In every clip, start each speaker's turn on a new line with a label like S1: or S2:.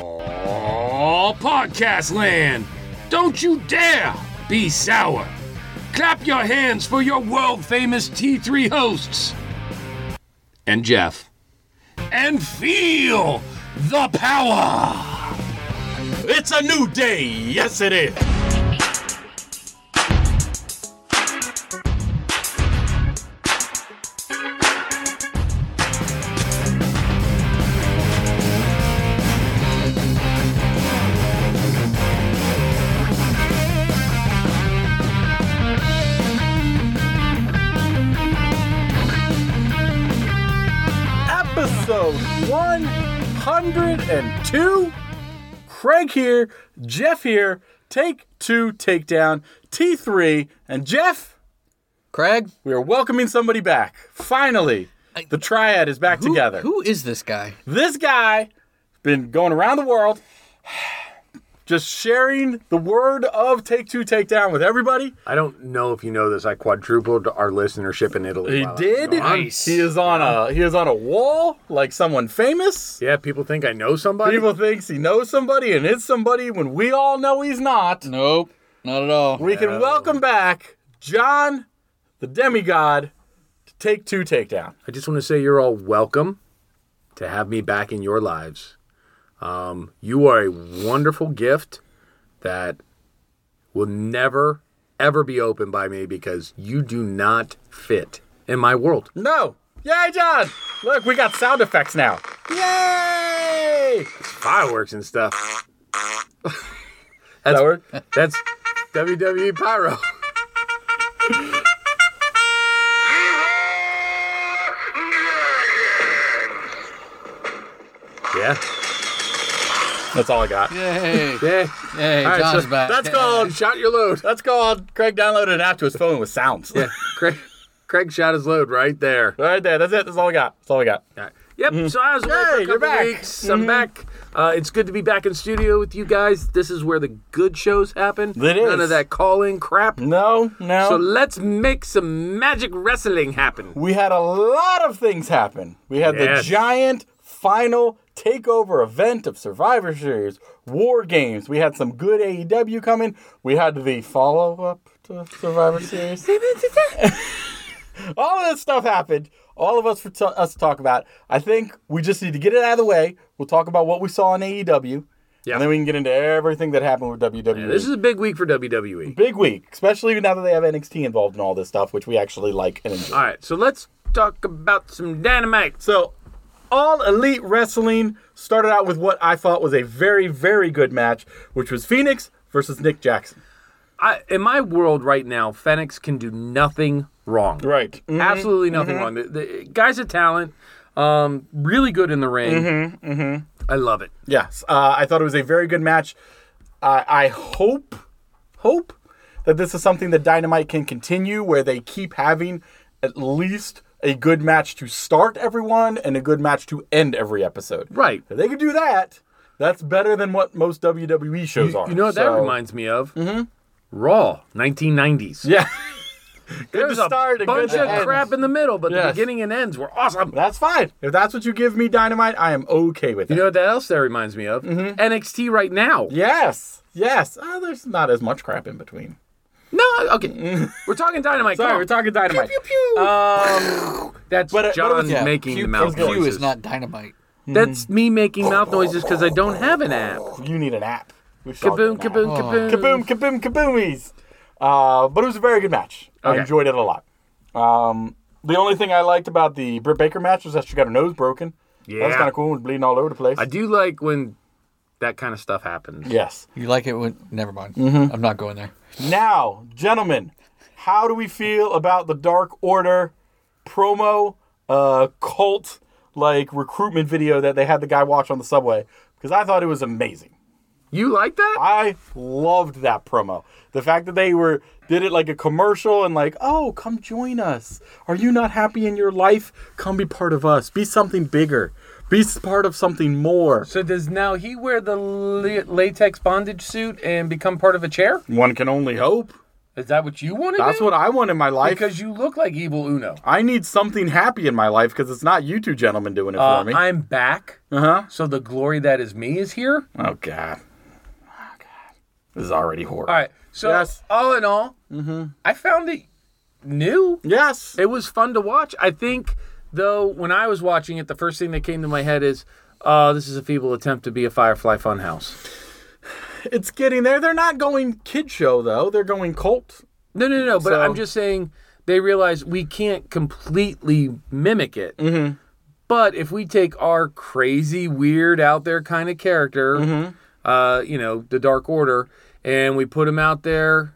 S1: Oh, podcast land! Don't you dare be sour! Clap your hands for your world famous T3 hosts! And Jeff. And feel the power!
S2: It's a new day. Yes, it is.
S3: episode 102. Craig here, Jeff here, take two, takedown, T3, and Jeff,
S4: Craig,
S3: we are welcoming somebody back. Finally, the triad is back
S4: who-
S3: together.
S4: Who is this guy?
S3: This guy been going around the world just sharing the word of take two, takedown with everybody.
S5: I don't know if you know this. I quadrupled our listenership in Italy.
S3: He
S5: while I was
S3: did.
S5: gone.
S1: Nice.
S3: He is on a he is on a wall like someone famous.
S5: Yeah, people think I know somebody.
S3: People thinks he knows somebody and is somebody when we all know he's not.
S4: Nope, not at all.
S3: We can welcome back John, the demigod, to take two takedown.
S5: I just want to say you're all welcome to have me back in your lives. Um, you are a wonderful gift that will never, ever be opened by me because you do not fit in my world.
S3: No. Yay, John! Look, we got sound effects now. Yay!
S5: Fireworks and stuff. that's,
S3: That work?
S5: that's WWE Pyro. Yeah.
S3: That's all I got.
S4: Yay!
S5: Yeah.
S4: Yay!
S5: All right,
S4: John's
S5: so
S4: back.
S3: That's called
S5: Shot your load.
S3: that's called Craig downloaded an app to his phone with sounds.
S5: Yeah. Craig, Craig shot his load right there.
S3: Right there. That's it. That's all we got. That's all we got.
S5: Alright. Yep. So I was away for
S3: Hey,
S5: a
S3: you're
S5: couple
S3: back.
S5: weeks. I'm back. Uh, it's good to be back in studio with you guys. This is where the good shows happen.
S3: It
S5: None
S3: is.
S5: of that calling crap.
S3: No, no.
S5: So let's make some magic wrestling happen.
S3: we had a lot of things happen. We had
S5: Yes.
S3: the giant final takeover event of Survivor Series, War Games. We had some good AEW coming. We had the follow up to Survivor Series. All of this stuff happened. All of us for t- us to talk about. I think we just need to get it out of the way. We'll talk about what we saw in AEW.
S5: Yeah.
S3: And then we can get into everything that happened with WWE.
S5: This is a big week for E. WWE.
S3: big week, especially now that they have NXT involved in all this stuff, which we actually like and enjoy.
S5: All right. So let's talk about some dynamite.
S3: So, All Elite Wrestling started out with what I thought was a very, very good match, which was Phoenix versus Nick Jackson.
S5: I, in my world right now, Fenix can do nothing wrong.
S3: Right. Mm-hmm.
S5: Absolutely nothing wrong. The, the guy's a talent. Um, really good in the ring. Mm-hmm, I love it.
S3: Yes, uh, I thought it was a very good match. I I hope, hope that this is something that Dynamite can continue, where they keep having at least a good match to start everyone and a good match to end every episode.
S5: Right.
S3: If they could do that, that's better than what most WWE shows
S5: You,
S3: are.
S5: you know what that
S3: So- Mm-hmm.
S5: reminds me of? Raw, 1990s.
S3: Yeah.
S5: There's
S3: to
S5: a
S3: start and
S5: bunch
S3: good to
S5: of
S3: end.
S5: crap in the middle, but the
S3: Yes.
S5: beginning and ends were awesome.
S3: That's fine. If that's what you give me, Dynamite, I am okay with it.
S5: You know what that else that reminds me of?
S3: Mm-hmm.
S5: NXT right now.
S3: yes, yes. Uh, there's not as much crap in between.
S5: No, okay. we're talking Dynamite.
S3: Mm-hmm. Sorry,
S5: come on.
S3: we're talking Dynamite.
S5: Pew, pew, pew. That's
S3: but it- but it
S5: John
S3: was- yeah,
S5: making
S4: Q,
S5: the mouth
S4: Q
S5: noises.
S4: is not dynamite.
S3: Mm.
S5: That's me
S3: Oh,
S5: making mouth noises because I don't have an app.
S3: You need an app. We should all get
S5: Kaboom,
S3: an app.
S5: kaboom, kaboom.
S3: oh, kaboom, kaboom, kaboomies. Uh, but it was a very good match. I
S5: Okay.
S3: enjoyed it a lot. Um, the only thing I liked about the Britt Baker match was that she got her nose broken. That was
S5: Yeah.
S3: kind of cool. It was bleeding all over the place.
S5: I do like when that kind of stuff happens.
S3: yes.
S4: You like it when? Never mind.
S3: Mm-hmm.
S4: I'm not going there.
S3: Now, gentlemen, how do we feel about the Dark Order promo uh, cult like recruitment video that they had the guy watch on the subway? Because I thought it was amazing.
S5: You like that?
S3: I loved that promo. The fact that they were did it like a commercial and like, oh, come join us. Are you not happy in your life? Come be part of us. Be something bigger. Be s- part of something more.
S2: So does now he wear the la- latex bondage suit and become part of a chair?
S3: One can only hope.
S6: Is that what you want to do?
S3: That's what I want in my life.
S6: because you look like evil Uno.
S3: I need something happy in my life because it's not you two gentlemen doing it
S6: Uh,
S3: for me.
S6: I'm back,
S3: Uh huh.
S6: so the glory that is me is here.
S3: Oh god. Oh god. Oh, This is already horrible.
S6: All right. So
S3: Yes. Mm-hmm.
S6: all in all, I found it new.
S3: Yes.
S5: It was fun to watch. I think, though, when I was watching it, the first thing that came to my head is, "Oh, this is a feeble attempt to be a Firefly Funhouse."
S3: It's getting there. They're not going kid show though. They're going cult.
S5: No, no, no. But
S3: So-
S5: I'm just saying they realize we can't completely mimic it. But if we take our crazy, weird, out there kind of character, uh, you know, the Dark Order, and we put him out there,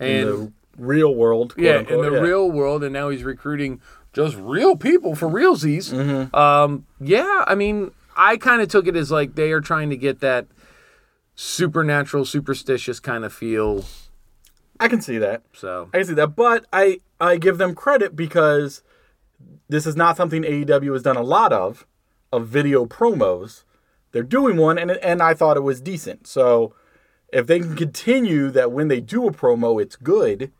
S5: and
S3: The real world. quote
S5: yeah,
S3: unquote,
S5: in the
S3: yeah.
S5: real world, and now he's recruiting just real people for realsies.
S3: Mm-hmm.
S5: Um, yeah, I mean, I kind of took it as like they are trying to get that supernatural, superstitious kind of feel.
S3: I can see that.
S5: So
S3: I can see that. But I I give them credit because this is not something AEW has done a lot of of video promos. They're doing one, and and I thought it was decent. So if they can continue that when they do a promo, it's good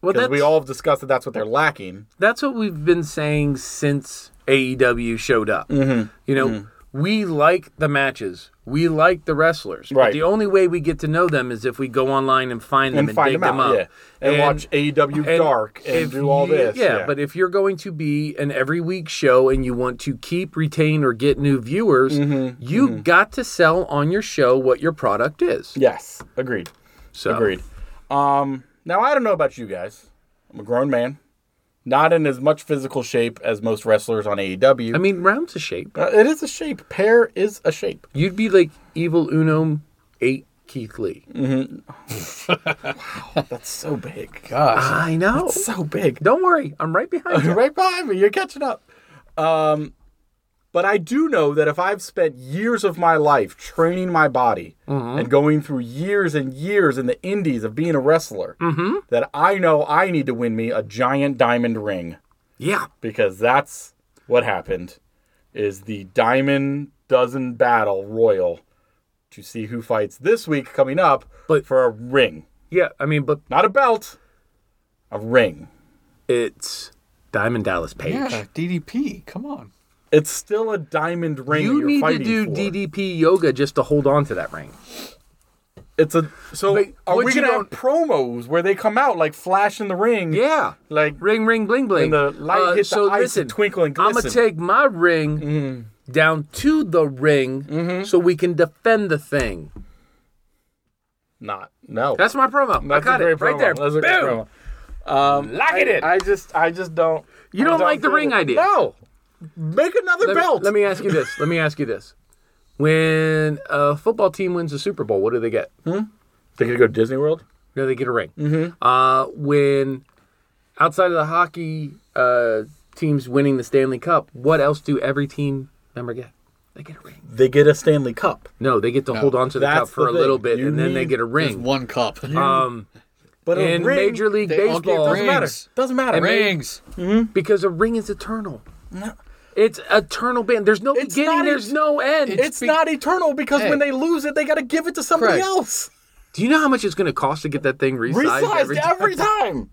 S5: well,
S3: because
S5: that's,
S3: we all have discussed that that's what they're lacking.
S5: that's what we've been saying since AEW showed up.
S3: Mm-hmm.
S5: You know, we like the matches. We like the wrestlers. But
S3: Right.
S5: the only way we get to know them is if we go online and find them and,
S3: and find
S5: dig
S3: them out, yeah, and,
S5: And-
S3: watch AEW
S5: and
S3: Dark and
S5: if
S3: do all
S5: you-
S3: this.
S5: Yeah, but if you're going to be an every week show and you want to keep, retain, or get new viewers,
S3: Mm-hmm,
S5: you got to sell on your show what your product is.
S3: yes, agreed,
S5: So
S3: agreed. Um, now I don't know about you guys. I'm a grown man, not in as much physical shape as most wrestlers on AEW.
S5: I mean, round's a shape.
S3: Uh, it is a shape. Pear is a shape.
S5: You'd be like Evil Uno Eight Keith Lee.
S3: That's so big.
S4: Gosh.
S5: I know.
S3: So big.
S5: Don't worry, I'm right behind you.
S3: right behind me. You're catching up. Um, but I do know that if I've spent years of my life training my body
S5: Mm-hmm.
S3: and going through years and years in the indies of being a wrestler,
S5: Mm-hmm.
S3: that I know I need to win me a giant diamond ring
S5: Yeah.
S3: because that's what happened. Is the diamond dozen battle royal to see who fights this week coming up
S5: But-
S3: for a ring,
S5: Yeah. I mean, but
S3: not a belt, a ring.
S5: it's Diamond Dallas Page.
S4: Yeah, DDP. Come on.
S3: It's still a diamond ring. that
S5: You
S3: you're
S5: need to
S3: fighting
S5: do
S3: for.
S5: DDP yoga just to hold on to that ring.
S3: It's a so.
S5: But
S3: are we
S5: what you
S3: gonna have promos where they come out like flash in the ring?
S5: Yeah.
S3: like
S5: Ring, ring, bling, bling. Uh,
S3: When the light hits the ice, it twinkle and
S5: I'm gonna
S3: glisten. Mm-hmm.
S5: take my ring down to the ring so we can defend the thing.
S3: not no.
S5: That's my promo. I
S3: That's
S5: got
S3: a great
S5: it right
S3: promo.
S5: there.
S3: That's a great
S5: Boom.
S3: promo. Um,
S6: Lock it in.
S3: I, I just, I just don't.
S5: You
S3: I
S5: don't like the
S3: feel
S5: ring
S3: that-
S5: idea.
S3: No. Make another
S5: Let me-
S3: belt.
S5: Let me ask you this. Let me ask you this. When a football team wins the Super Bowl, what do they get?
S3: They could go to Disney World.
S5: Yeah, they get a ring.
S3: Mm-hmm.
S5: Uh, when outside of the hockey uh, teams winning the Stanley Cup, what else do every team member get? They get a ring.
S3: They get a Stanley Cup.
S5: No, they get to hold on to the
S3: That's
S5: cup for
S3: the
S5: a little
S3: thing.
S5: bit,
S3: You
S5: and then they
S3: need
S5: get a
S4: There's
S5: ring.
S4: one cup.
S5: Um,
S3: But a
S5: in
S3: ring
S5: Major League
S4: They all get
S5: Baseball,
S4: rings.
S3: doesn't matter. Doesn't matter.
S4: Rings.
S5: because a ring is eternal. It's eternal band. There's no
S3: It's
S5: beginning.
S3: not
S5: There's
S3: et-
S5: no end.
S3: It's not eternal because
S4: Hey.
S3: when they lose it, they got to give it to somebody
S4: Correct.
S3: else.
S5: Do you know how much it's going to cost to get that thing resized?
S3: Resized
S5: every time?
S3: every time.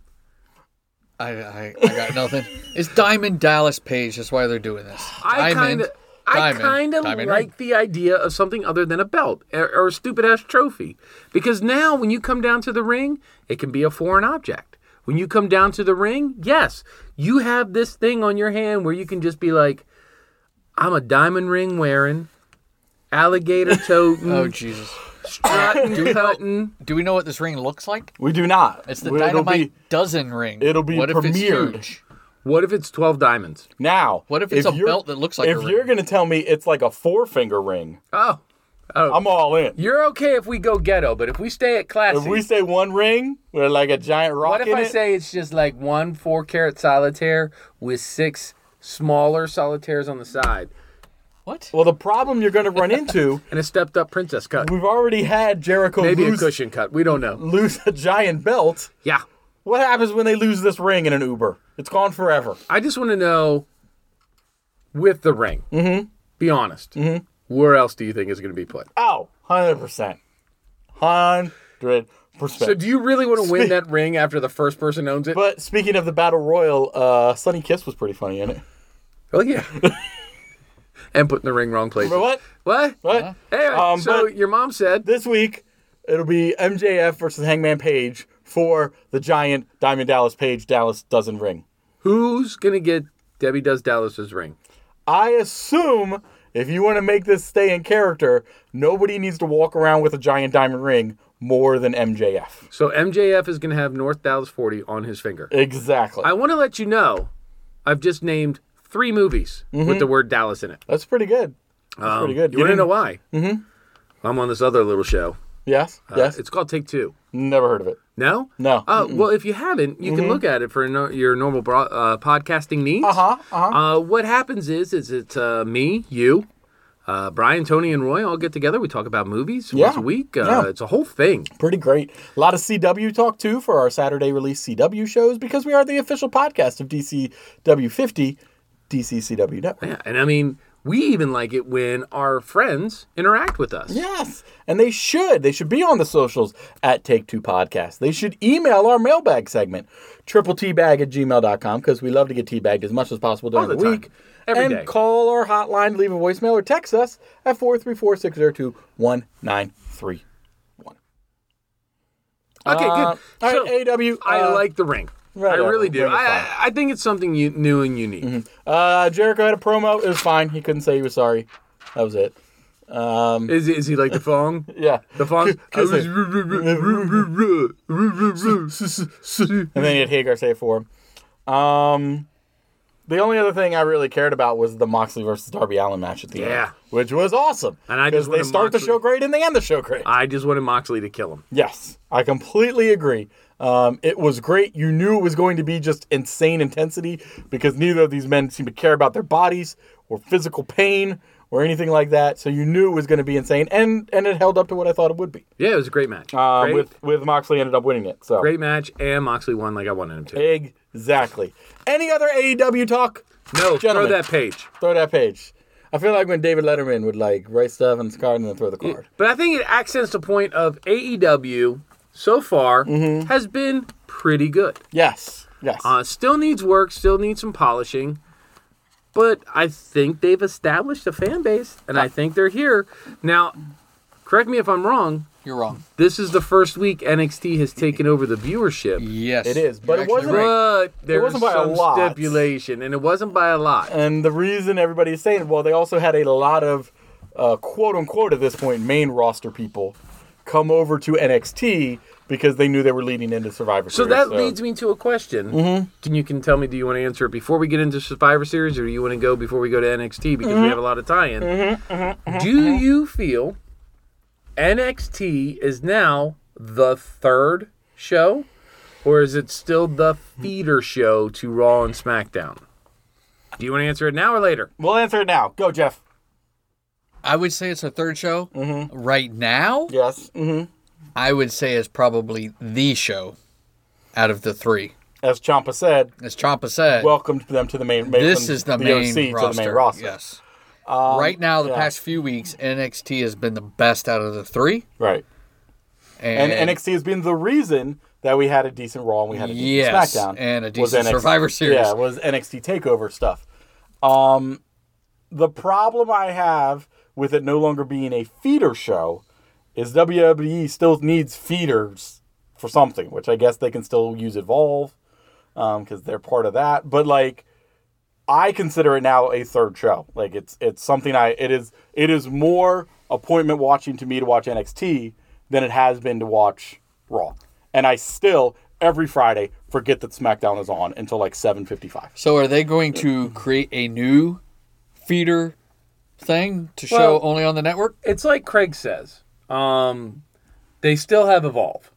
S4: I, I, I got nothing. It's Diamond Dallas Page. That's why they're doing this.
S5: I
S4: Diamond.
S5: kind of. I
S4: Diamond.
S5: kind of
S4: Diamond
S5: like
S4: ring.
S5: the idea of something other than a belt or, or a stupid ass trophy, because now when you come down to the ring, it can be a foreign object. When you come down to the ring, yes, you have this thing on your hand where you can just be like, "I'm a diamond ring wearing, alligator toting,
S4: Oh Jesus.
S5: strutting, cutting."
S4: Do we know what this ring looks like?
S3: We do not.
S4: It's the
S3: It'll
S4: Dynamite
S3: be-
S4: Dozen ring.
S3: it'll be
S4: what If it's
S3: premiered.
S4: huge?
S5: What if it's twelve diamonds?
S3: Now,
S4: What if it's a
S3: you're-
S4: belt that looks like
S3: If
S4: a ring?
S3: you're gonna tell me it's like a four finger ring,
S5: Oh,
S3: I'm all in.
S5: you're okay if we go ghetto, but if we stay at classy,
S3: If we say one ring with like a giant rock
S5: What if
S3: in
S5: I
S3: it,
S5: say it's just like one four carat solitaire with six smaller solitaires on the side
S4: What?
S3: well, the problem you're gonna run into,
S5: and a stepped up princess cut?
S3: we've already had Jericho
S5: Maybe a
S3: lose
S5: cushion cut. We don't know.
S3: lose a giant belt.
S5: Yeah.
S3: What happens when they lose this ring in an Uber? It's gone forever.
S5: I just want to know with the ring, mm-hmm. be honest, mm-hmm. where else do you think it's going to be put?
S3: Oh, 100 percent, hundred Dread perspective.
S5: So do you really want to win that ring after the first person owns it?
S3: But speaking of the battle royal, uh, Sunny Kiss was pretty funny in it.
S5: Oh yeah. and putting the ring wrong place.
S3: But what?
S5: What?
S3: What?
S5: Anyway,
S3: Um,
S5: so
S3: but-
S5: your mom said
S3: This week it'll be MJF versus Hangman Page for the giant Diamond Dallas Page Dallas doesn't ring.
S5: who's gonna get Debbie Does Dallas's ring?
S3: I assume if you want to make this stay in character, nobody needs to walk around with a giant diamond ring more than MJF.
S5: So MJF is gonna have North Dallas 40 on his finger.
S3: Exactly.
S5: I want to let you know, I've just named three movies with the word Dallas in it.
S3: That's pretty good. That's pretty Mm-hmm. good.
S5: Um, You want to
S3: didn't-
S5: know why? Mm-hmm. I'm on this other little show.
S3: Yes.
S5: Uh,
S3: yes.
S5: It's called Take Two.
S3: Never heard of it.
S5: No?
S3: No. Mm-hmm.
S5: Uh, well, if you haven't, you can look at it for no, your normal bro- uh, podcasting needs.
S3: Uh-huh, uh-huh.
S5: Uh, what happens is, is it's uh, me, you, uh, Brian, Tony, and Roy all get together. We talk about movies once
S3: Yeah.
S5: a week. Uh,
S3: Yeah.
S5: It's a whole thing.
S3: Pretty great. A lot of CW talk too for our Saturday release CW shows because we are the official podcast of DCW 50, DCCW Network.
S5: Yeah, and I mean, we even like it when our friends interact with us.
S3: Yes, and they should. They should be on the socials at Take Two Podcast. They should email our mailbag segment, triple teabag at gmail.com, because we love to get teabagged as much as possible during
S5: All
S3: the,
S5: the time.
S3: week.
S5: Every
S3: and
S5: day.
S3: call our hotline, leave a voicemail, or text us at 434 602 1931.
S5: Okay,
S3: Uh, All
S5: good. So,
S3: right, AW.
S5: I
S3: uh,
S5: like the ring.
S3: right
S5: I
S3: on.
S5: really do.
S3: Ring is
S5: I,
S3: fine.
S5: I- I think it's something you, new and unique.
S3: Uh, Jericho had a promo. It was fine. He couldn't say he was sorry. That was it.
S5: Is, is he like the Fong?
S3: Yeah.
S5: The Fong?
S3: kiss it. And then he had Hagar say it for him. Um, the only other thing I really cared about was the Moxley versus Darby Allen match at the
S5: Yeah.
S3: end, which was awesome.
S5: And I just
S3: because they
S5: wanted
S3: start the
S5: Moxley-
S3: show great and they end the show great.
S5: I just wanted Moxley to kill him.
S3: yes, I completely agree. Um, it was great. You knew it was going to be just insane intensity because neither of these men seemed to care about their bodies or physical pain or anything like that. So you knew it was going to be insane, and and it held up to what I thought it would be.
S5: Yeah, it was a great match.
S3: Um,
S5: great,
S3: with with Moxley ended up winning it. So
S5: great match, and Moxley won like I wanted him to.
S3: exactly. Any other AEW talk?
S5: no,
S3: gentlemen.
S5: throw that page.
S3: Throw that page. I feel like when David Letterman would like write stuff on his card and then throw the card.
S5: But I think it accents the point of AEW so far
S3: Mm-hmm.
S5: has been pretty good.
S3: Yes. Yes.
S5: Uh, still needs work, still needs some polishing. But I think they've established a fan base, and I think they're here. Now, correct me if I'm wrong.
S4: You're wrong.
S5: This is the first week NXT has taken over the viewership.
S4: Yes.
S3: It is, but
S4: You're
S3: it
S4: actually
S3: wasn't-
S4: right.
S5: But there
S3: wasn't
S5: was
S3: by a
S5: some
S3: lot.
S5: stipulation, and it wasn't by a lot.
S3: and the reason everybody's saying, well, they also had a lot of uh, quote unquote at this point main roster people come over to NXT because they knew they were leading into Survivor
S5: So Mm-hmm.
S3: Series.
S5: that leads me to a question. Can you can tell me? Do you want to answer it before we get into Survivor Series, or do you want to go before we go to NXT because we have a lot of tie-in? do you feel NXT is now the third show, or is it still the feeder show to Raw and SmackDown? Do you want to answer it now or later?
S3: We'll answer it now. Go, Jeff.
S4: I would say it's a third show
S3: Mm-hmm.
S4: right now.
S3: Yes. hmm
S4: I would say is probably the show out of the three.
S3: As Champa said,
S4: As Champa said,
S3: welcomed them to the main. main
S4: this is the, main,
S3: OC
S4: roster.
S3: to the main roster. Um,
S4: Yes. right now, the
S3: yeah.
S4: past few weeks, NXT has been the best out of the three,
S3: Right.
S4: and,
S3: And, NXT has been the reason that we had a decent Raw and we had a decent
S4: Yes,
S3: SmackDown.
S4: and a
S3: was
S4: decent Survivor Series.
S3: Yeah, was NXT TakeOver stuff. Um, the problem I have with it no longer being a feeder show is WWE still needs feeders for something, which I guess they can still use Evolve because they're part of that. But like, I consider it now a third show. Like it's it's something I it is it is more appointment watching to me to watch NXT than it has been to watch Raw. And I still every Friday forget that SmackDown is on until like 7:55.
S4: So, are they going to create a new feeder thing to show
S5: Well-
S4: only on the network?
S5: It's like Craig says. Um, they still have Evolve,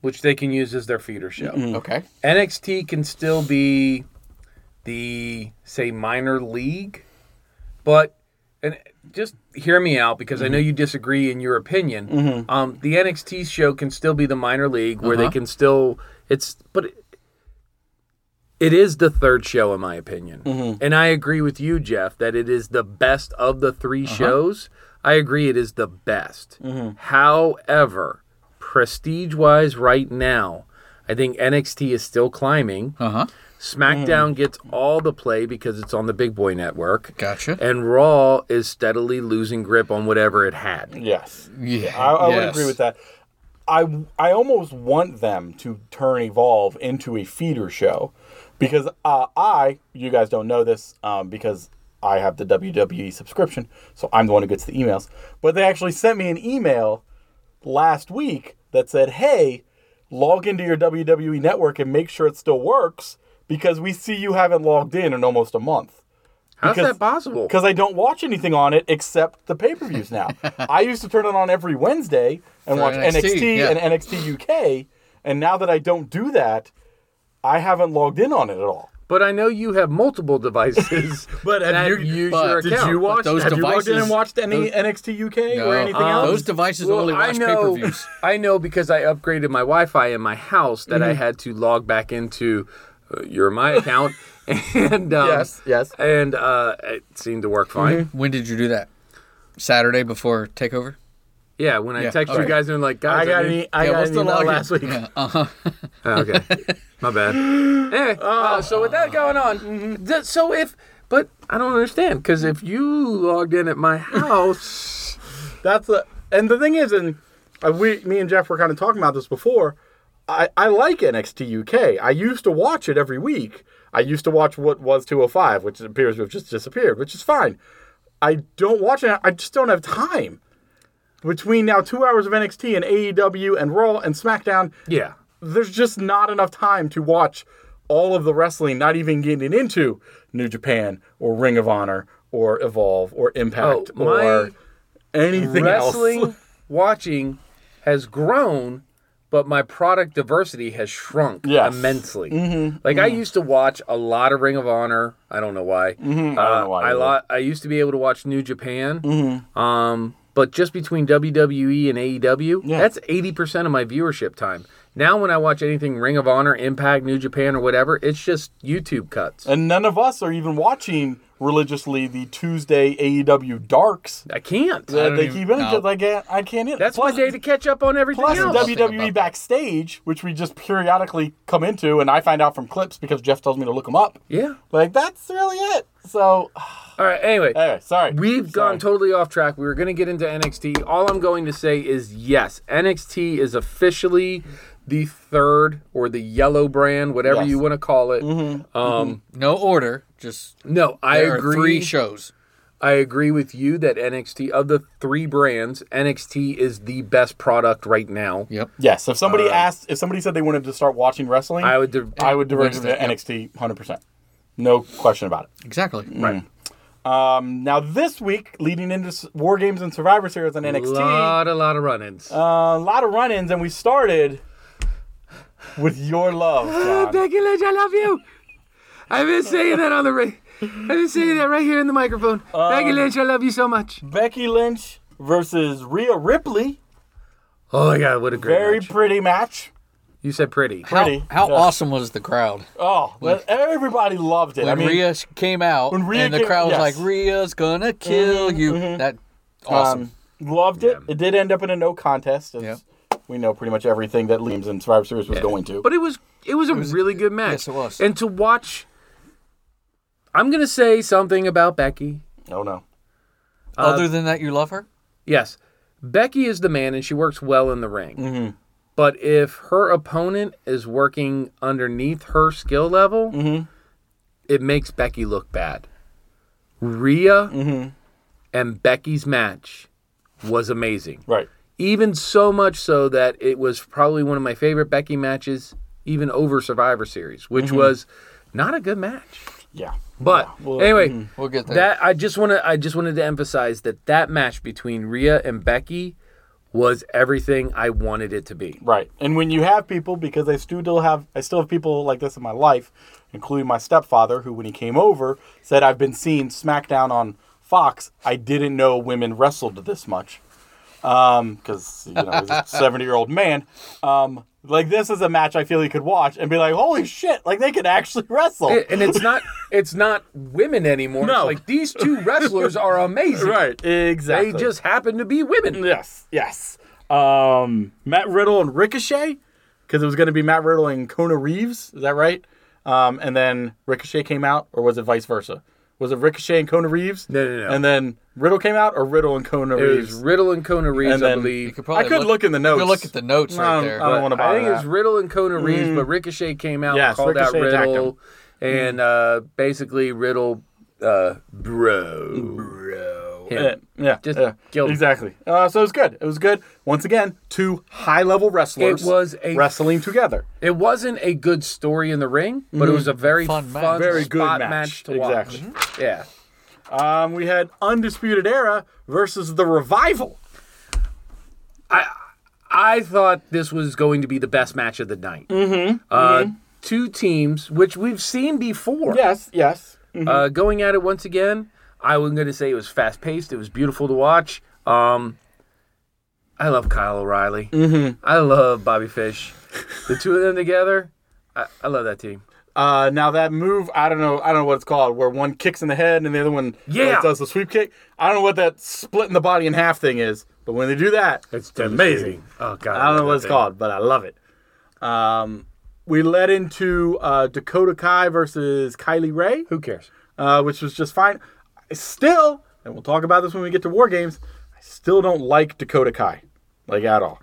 S5: which they can use as their feeder show.
S4: Okay.
S5: NXT can still be the say minor league, but and just hear me out because I know you disagree in your opinion. Um, the NXT show can still be the minor league where they can still it's but it, it is the third show in my opinion, and I agree with you, Jeff, that it is the best of the 3 shows. I agree, it is the best. However, prestige wise right now, I think NXT is still climbing.
S4: Uh huh.
S3: Mm.
S5: SmackDown gets all the play because it's on the Big Boy Network.
S4: Gotcha.
S5: And Raw is steadily losing grip on whatever it had.
S3: Yes.
S4: Yeah.
S3: I, I would
S4: yes.
S3: agree with that. I I almost want them to turn Evolve into a feeder show because uh, I you guys don't know this um, because I have the WWE subscription, so I'm the one who gets the emails. But they actually sent me an email last week that said, "Hey, log into your WWE network and make sure it still works because we see you haven't logged in in almost a month."
S5: How's
S3: Because-
S5: that possible?
S3: because I don't watch anything on it except the pay per views now. I used to turn it on every Wednesday and
S4: For
S3: watch
S4: NXT,
S3: NXT,
S4: yeah.
S3: and NXT UK, and now that I don't do that, I haven't logged in on it at all.
S5: But I know you have multiple devices.
S3: But have
S5: that
S3: you-
S5: use
S4: but
S5: your
S4: did
S5: account.
S4: you watch- those
S3: have you logged in
S4: devices-
S3: and watched any
S4: those-
S3: NXT UK
S4: No.
S3: or anything
S4: Um,
S3: else?
S4: Those devices
S5: Well,
S4: only
S5: I
S4: watch pay per
S5: know,
S4: views.
S5: I know because I upgraded my Wi-Fi in my house that
S3: Mm-hmm.
S5: I had to log back into uh, your my account, and um,
S3: Yes, Mm-hmm. yes.
S5: and uh, it seemed to work fine.
S4: When did you do that? Saturday before takeover.
S5: Yeah, when I
S4: Yeah,
S5: text you
S4: alright.
S5: guys and like, guys,
S3: I got
S5: need-
S3: an, e- I
S4: yeah,
S3: got
S4: what's
S3: an
S4: the
S3: email
S4: login?
S3: last week.
S5: Oh, okay, my bad. Anyway, uh, so with that going on, th- so if but I don't understand because if you logged in at my house,
S3: That's a, and the thing is, and uh, we, me and Jeff were kind of talking about this before. I, I like NXT UK. I used to watch it every week. I used to watch what was 205, which appears to have just disappeared, which is fine. I don't watch it. I just don't have time. Between now two hours of NXT and AEW and Raw and SmackDown,
S5: yeah,
S3: there's just not enough time to watch all of the wrestling, not even getting into New Japan or Ring of Honor or Evolve or Impact
S5: Oh, my
S3: or anything
S5: wrestling
S3: else.
S5: watching has grown but my product diversity has shrunk
S3: Yes. Mm-hmm.
S5: immensely like i used to watch a lot of ring of honor i don't know why
S3: Mm-hmm.
S5: Uh, i,
S3: why either. Mm-hmm.
S5: lo- I used to be able to watch new japan um, but just between wwe and aew that's 80% of my viewership time now when i watch anything ring of honor impact new japan or whatever it's just youtube cuts
S3: And none of us are even watching religiously the Tuesday AEW darks
S5: i can't
S3: that they
S4: even-
S3: keep in
S4: no.
S3: because I can't I can't in.
S5: that's my day to catch up on everything
S3: Plus
S5: else.
S4: think about
S3: WWE
S4: that.
S3: backstage, which we just periodically come into, and I find out from clips because Jeff tells me to look them up.
S5: yeah
S3: Like that's really it. So
S5: all right anyway
S3: anyway, sorry.
S5: We've gone
S3: Sorry.
S5: totally off track. We were going to get into NXT. All I'm going to say is yes, NXT is officially the third or the yellow brand, whatever
S3: Yes. Mm-hmm.
S5: you want to call it. Um,
S4: No order. Just
S5: No, I
S4: there
S5: agree.
S4: Are three shows.
S5: I agree with you that NXT of the three brands, NXT is the best product right now.
S4: Yep.
S3: Yes, if somebody asked, if somebody said they wanted to start watching wrestling,
S5: Um, I would. de-
S3: I would direct it
S4: Wednesday,
S3: to NXT 100%. No question about it.
S4: Exactly.
S5: right.
S3: Um, now, this week, leading into S- War Games and Survivor Series on NXT,
S5: lot, a lot of run-ins.
S3: uh, a lot of run ins, and we started with Your Love. John.
S5: Becky Lynch, I love you. I've been saying that on the ring. I've been saying that right here in the microphone.
S3: Um,
S5: Becky Lynch, I love you so much.
S3: Becky Lynch versus Rhea Ripley.
S5: Oh my God, what a great
S3: Very
S5: match.
S3: pretty match.
S5: You said pretty.
S3: Pretty.
S4: How
S3: Yeah.
S4: awesome was the crowd
S3: Oh, well, everybody loved it.
S4: when
S3: I mean,
S4: Rhea came out
S3: when Rhea
S4: and the
S3: came-
S4: crowd was
S3: yes. Mm-hmm,
S4: like, "Rhea's gonna kill you." That awesome.
S3: Um, loved it. It did end up in a no contest. as We know pretty much everything that Liam's in Survivor Series was going to.
S5: But it was it was a really good match.
S4: yes, it was.
S5: And to watch, I'm gonna say something about Becky.
S3: oh no. uh,
S4: Other than that, you love her.
S5: Yes, Becky is the man, and she works well in the ring.
S3: Mm-hmm.
S5: But if her opponent is working underneath her skill level,
S3: Mm-hmm.
S5: it makes Becky look bad. Rhea
S3: Mm-hmm.
S5: and Becky's match was amazing.
S3: Right.
S5: Even so much so that it was probably one of my favorite Becky matches, even over Survivor Series, which was not a good match.
S3: Yeah.
S5: But
S3: Mm-hmm. well, mm-hmm.
S5: anyway,
S4: We'll get there.
S5: that I just want to I just wanted to emphasize that that match between Rhea and Becky was everything I wanted it to be.
S3: Right. And when you have people, because I still have, I still have people like this in my life, including my stepfather, who when he came over said, "I've been seeing SmackDown on Fox. I didn't know women wrestled this much." Um, because you know he's a seventy-year-old man. Um, like this is a match I feel he could watch and be like, "Holy shit! Like they could actually wrestle."
S5: And it's not it's not women anymore. It's
S3: No.
S5: like these two wrestlers are amazing.
S3: Exactly.
S5: They just happen to be women.
S3: Yes, yes. Um, Matt Riddle and Ricochet, because it was going to be Matt Riddle and Kona Reeves. Is that right? Um, and then Ricochet came out, or was it vice versa? Was it Ricochet and Kona Reeves?
S5: No, no, no.
S3: And then Riddle came out, or Riddle and Kona
S5: It was
S3: Reeves?
S5: Riddle and Kona Reeves,
S3: And
S5: I
S3: then-
S5: believe.
S4: could
S3: I could look in the
S4: you
S3: notes. Um,
S4: could look at the notes
S3: I
S4: right
S3: don't-
S4: there.
S3: I don't want to
S5: I
S3: bother
S5: think it was
S3: that.
S5: Riddle and Kona Reeves, but Ricochet came out
S3: Mm-hmm. Yes,
S5: and called out
S3: Ricochet Mm-hmm. attacked
S5: Riddle, and uh, basically Riddle, uh, bro, bro,
S3: Yeah, yeah,
S5: Just
S3: yeah,
S5: killed him.
S3: exactly. Uh, so it was good. It was good. Once again, two high-level wrestlers.
S5: It was a-
S3: wrestling together.
S5: It wasn't a good story in the ring, but it was a very
S4: Fun
S5: fun,
S4: match.
S3: Mm-hmm. Very good
S5: spot
S3: match.
S5: to watch. Mm-hmm.
S3: Exactly.
S5: Yeah.
S3: Um, we had Undisputed Era versus the Revival.
S5: I thought this was going to be the best match of the night. Mm-hmm. Uh, Two teams, which we've seen before,
S3: Yes, yes.
S5: uh, going at it once again. I was going to say it was fast paced. It was beautiful to watch. Um, I love Kyle O'Reilly. Mm-hmm. I love Bobby Fish. The two of them together, I, I love that team.
S3: Uh, now that move, I don't know, I don't know what it's called, where one kicks in the head and the other one
S5: Yeah.
S3: uh, does the sweep kick. I don't know what that splitting the body in half thing is, but when they do that, it's amazing.
S5: Oh God,
S3: I don't
S5: love
S3: know what
S5: that
S3: it's
S5: thing.
S3: called, but I love it. Um, we led into uh, Dakota Kai versus Kylie Ray,
S5: Who cares?
S3: uh, which was just fine. I still, and we'll talk about this when we get to War Games, I still don't like Dakota Kai, like at all.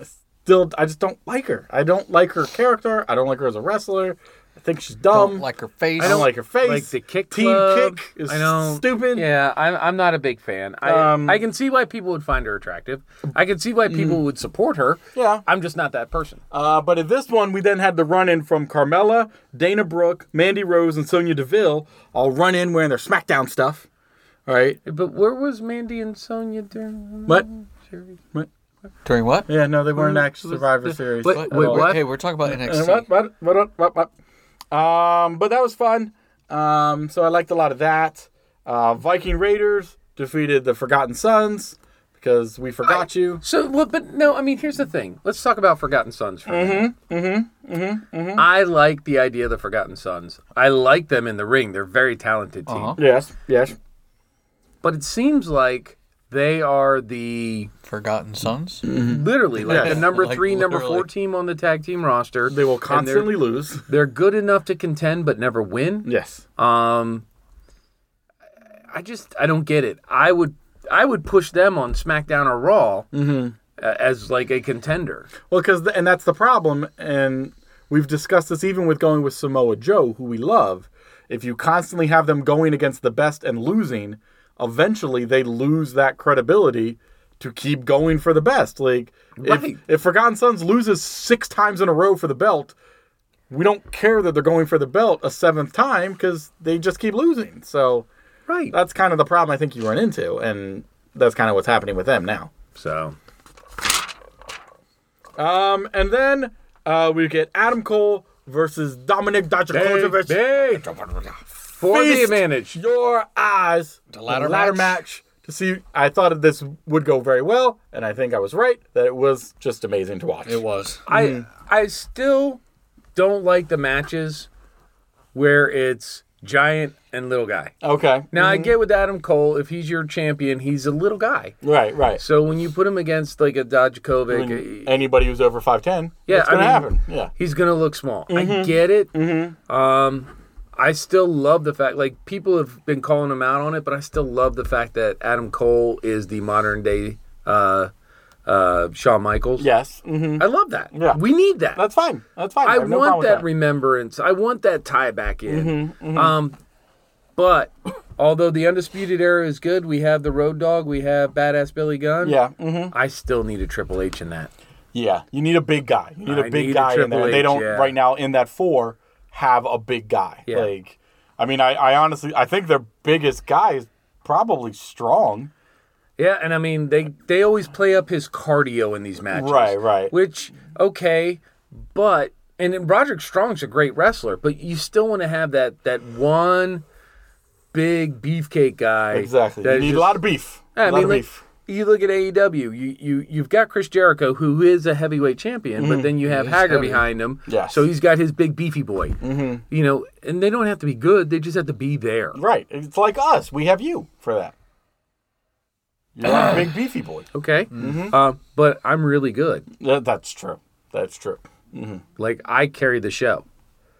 S3: I still, I just don't like her. I don't like her character. I don't like her as a wrestler. I think she's dumb.
S4: Don't like her face.
S3: um, I don't like her face.
S5: Like the kick
S3: Team
S5: club.
S3: kick is
S5: I know.
S3: stupid.
S5: Yeah, I'm, I'm not a big fan. I,
S3: Um, Mm.
S5: I can see why people would find her attractive. I can see why people would support her.
S3: Yeah.
S5: I'm just not that person.
S3: Uh, but at this one, we then had the run in from Carmella, Dana Brooke, Mandy Rose, and Sonya Deville all run in wearing their SmackDown stuff. All right.
S5: But where was Mandy and Sonya during?
S3: What?
S4: During what?
S3: Yeah, no, they weren't actually Survivor Series.
S5: Wait,
S4: What-
S5: wait,
S4: what-
S5: what?
S4: Hey, we're talking about NXT.
S3: Uh, What, what, what, what, what, what? Um, but that was fun. Um, so I liked a lot of that. Uh, Viking Raiders defeated the Forgotten Sons because we forgot you.
S5: So, well, but no, I mean, here's the thing. Let's talk about Forgotten Sons for a minute. Mm-hmm, mm-hmm, mm-hmm. I like the idea of the Forgotten Sons. I like them in the ring. They're a very talented team.
S4: Uh-huh.
S3: Yes, yes.
S5: But it seems like they are the
S4: Forgotten Sons.
S5: literally like
S3: Yes.
S5: the number
S4: Like,
S5: three, number
S4: literally.
S5: four team on the tag team roster.
S3: They will
S5: And they're-
S3: constantly lose.
S5: They're good enough to contend but never win.
S3: Yes.
S5: Um I just I don't get it. I would I would push them on SmackDown or Raw a- as like a contender.
S3: Well, because and that's the problem, and we've discussed this even with going with Samoa Joe, who we love. If you constantly have them going against the best and losing, eventually they lose that credibility to keep going for the best. Like if-
S5: Right.
S3: if, Forgotten Sons loses six times in a row for the belt, we don't care that they're going for the belt a seventh time because they just keep losing. So
S5: Right.
S3: that's kind of the problem I think you run into, and that's kind of what's happening with them now.
S5: So
S3: Um, and then uh, we get Adam Cole versus Dominic Dijakovic.
S5: hey, for the
S3: Feast.
S5: advantage.
S3: Your eyes. The
S4: ladder
S3: match. To see, I thought that this would go very well, and I think I was right that it was just amazing to watch.
S4: It was.
S5: I I still don't like the matches where it's giant and little guy.
S3: Okay.
S5: Now I get with Adam Cole, if he's your champion, he's a little guy.
S3: Right, right.
S5: So when you put him against like a Dodgekovic,
S3: Anybody who's over 5'10,
S5: Yeah,
S3: that's
S5: I
S3: going to
S5: mean-
S3: happen. Yeah.
S5: he's gonna look small. I get it. Um, I still love the fact like people have been calling him out on it, but I still love the fact that Adam Cole is the modern day uh, uh, Shawn Michaels.
S3: Yes. hmm
S5: I love that.
S3: Yeah.
S5: we need that.
S3: That's fine. That's fine.
S5: I,
S3: have no
S5: want
S3: problem with Mm-hmm,
S5: that, remembrance. I want that tie back in. Um, but although the undisputed era is good, we have the Road Dog, we have Badass Billy Gunn.
S3: yeah. hmm
S5: I still need a Triple H in that.
S3: Yeah. You need a big guy. You need a
S5: I
S3: big
S5: need a
S3: guy in
S5: Triple
S3: there. They
S5: H,
S3: don't
S5: yeah.
S3: right now in that four have a big guy.
S5: Yeah.
S3: Like, I mean, I, I honestly, I think their biggest guy is probably strong.
S5: Yeah, and I mean they they always play up his cardio in these matches.
S3: Right, right.
S5: Which okay, but and then Roderick Strong's a great wrestler, but you still want to have that that one big beefcake guy.
S3: Exactly.
S5: that
S3: You
S5: is
S3: need a
S5: just-
S3: lot of beef.
S5: I
S3: a lot
S5: mean,
S3: of
S5: like,
S3: beef.
S5: you look at AEW. You you you've got Chris Jericho, who is a heavyweight champion, but then you have Hager
S4: heavy.
S5: behind him.
S3: Mm-hmm. Yes.
S5: So he's got his big beefy boy. Mm-hmm. You know, and they don't have to be good; they just have to be there.
S3: Right. It's like us. We have you for that. You're a big beefy boy.
S5: Okay.
S3: Mm-hmm.
S5: Uh, but I'm really good.
S3: That- that's true. That's true.
S5: Like I carry the show.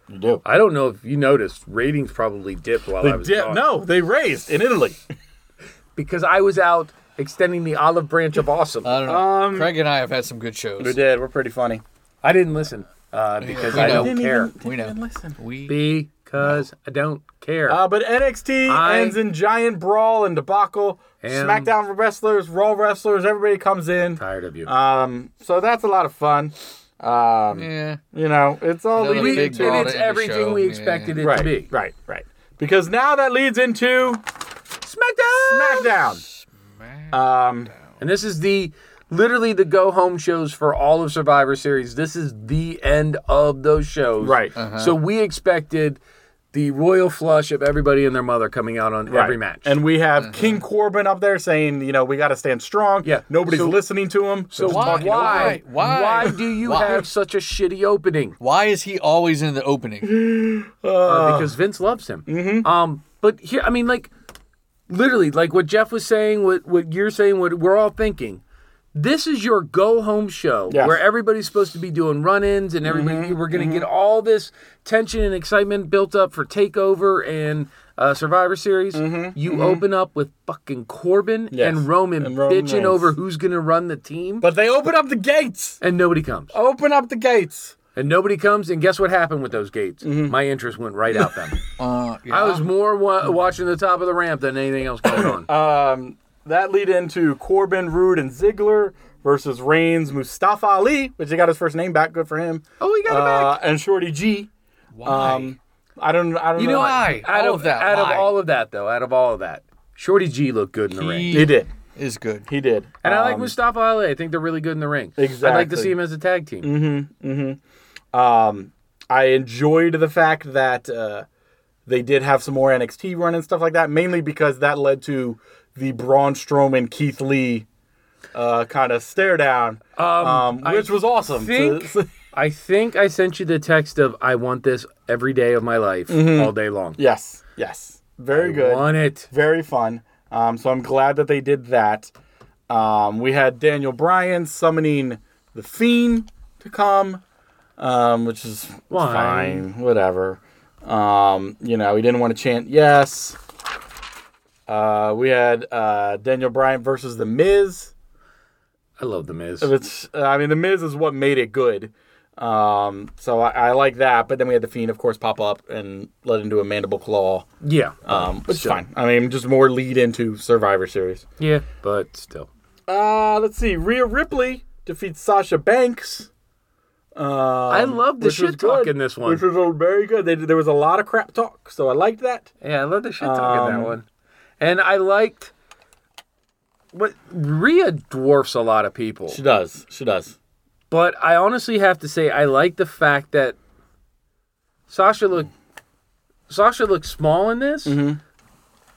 S3: You do.
S5: I don't know if you noticed, ratings probably dipped while I was
S3: Dip-
S5: gone.
S3: no, they raised in Italy.
S5: because I was out extending the olive branch of awesome.
S4: I don't know. Craig and I have had some good shows.
S3: Um, did. We're pretty funny.
S5: I didn't listen uh, because I
S4: know.
S5: don't care.
S4: We know.
S3: listen.
S4: We
S5: Because I don't care.
S3: Uh, but NXT
S5: I-
S3: ends in giant brawl and debacle.
S5: Am-
S3: SmackDown wrestlers, Raw wrestlers, everybody comes in.
S5: tired of you.
S3: Um, so that's a lot of fun. Um,
S4: yeah.
S3: you know, it's all
S4: Another
S3: leading
S4: big
S3: to
S4: brawl.
S5: and it's
S4: in the
S5: everything
S4: show,
S5: we
S4: yeah.
S5: expected it
S3: right,
S5: to be.
S3: right, right. Because now that leads into
S5: SmackDown.
S3: SmackDown. Um,
S5: And this is the literally the go home shows for all of Survivor Series. This is the end of those shows.
S3: Right.
S5: So we expected the royal flush of everybody and their mother coming out on every
S3: right.
S5: match. Uh-huh.
S3: and we have King Corbin up there saying, you know, we got to stand strong.
S5: Yeah.
S3: nobody's
S5: So-
S3: listening to him.
S5: so
S3: Just
S5: why,
S3: talking over him.
S5: why,
S4: Why? Why?
S5: why do you
S4: Why?
S5: have such a shitty opening?
S4: Why is he always in the opening?
S5: Uh, because Vince loves him.
S3: mm-hmm.
S5: Um, but here, I mean, like, literally, like what Jeff was saying, what what you're saying, what we're all thinking. This is your go home show
S3: Yes. Mm-hmm.
S5: where everybody's supposed to be doing run ins and everybody we're going to get all this tension and excitement built up for Takeover and uh, Survivor Series. You open up with fucking Corbin
S3: Mm-hmm. Yes.
S5: and Roman
S3: And Roman
S5: bitching
S3: Reigns.
S5: over who's going to run the team,
S3: But they open up the gates.
S5: and nobody comes.
S3: Open up the gates.
S5: And nobody comes. And guess what happened with those gates?
S3: Mm-hmm.
S5: My interest went right out them.
S4: Uh, yeah.
S5: I
S3: Uh-huh.
S5: was more wa- watching the top of the ramp than anything else going on.
S3: Um, that lead into Corbin, Rude, and Ziggler versus Reigns, Mustafa Ali, which he got his first name back. Good for him.
S5: oh, we got it back.
S3: Uh, and Shorty G.
S4: Why?
S3: Um, I don't. I don't
S4: You
S3: know.
S4: know, I
S5: Out
S4: all
S5: of
S4: of that.
S5: out
S4: why?
S5: of all of that though, out of all of that, Shorty G looked good in the ring,
S4: he
S3: He did.
S4: is good.
S3: He did.
S5: and I like
S3: Um,
S5: Mustafa Ali. I think they're really good in the ring. I'd like to
S3: Exactly. Mm-hmm.
S5: see him as a tag team.
S3: Um, I enjoyed the fact that uh, they did have some more NXT run and stuff like that, mainly because that led to the Braun Strowman Keith Lee uh, kind of stare down, um, which was awesome.
S5: think-
S3: To-
S5: I think I sent you the text of "I want this every day of my life, all day long."
S3: yes, yes, very Mm-hmm. good.
S5: want it.
S3: very fun. Um, so I'm glad that they did that. Um, we had Daniel Bryan summoning the Fiend to come, um, which is
S5: Why?
S3: fine, whatever. Um, you know, he didn't want to chant yes. Uh, we had uh, Daniel Bryan versus The Miz.
S5: I love the Miz.
S3: It's, I mean, The Miz is what made it good. Um, so I, I like that. But then we had The Fiend, of course, pop up and let him do a mandible claw,
S5: Yeah,
S3: um, which is fine. I mean, just more lead into Survivor Series.
S5: yeah, but still,
S3: Uh, let's see. Rhea Ripley defeats Sasha Banks. Um,
S5: I love the
S3: which was
S5: shit talk
S3: good,
S5: in this one.
S3: Which was uh, very good. They, there was a lot of crap talk, so I liked that.
S5: Yeah, I love the shit talk in
S3: Um,
S5: that one. And I liked what Rhea dwarfs a lot of people.
S3: She does. She does.
S5: But I honestly have to say I like the fact that Sasha looked Sasha looked small in this,
S3: Mm-hmm.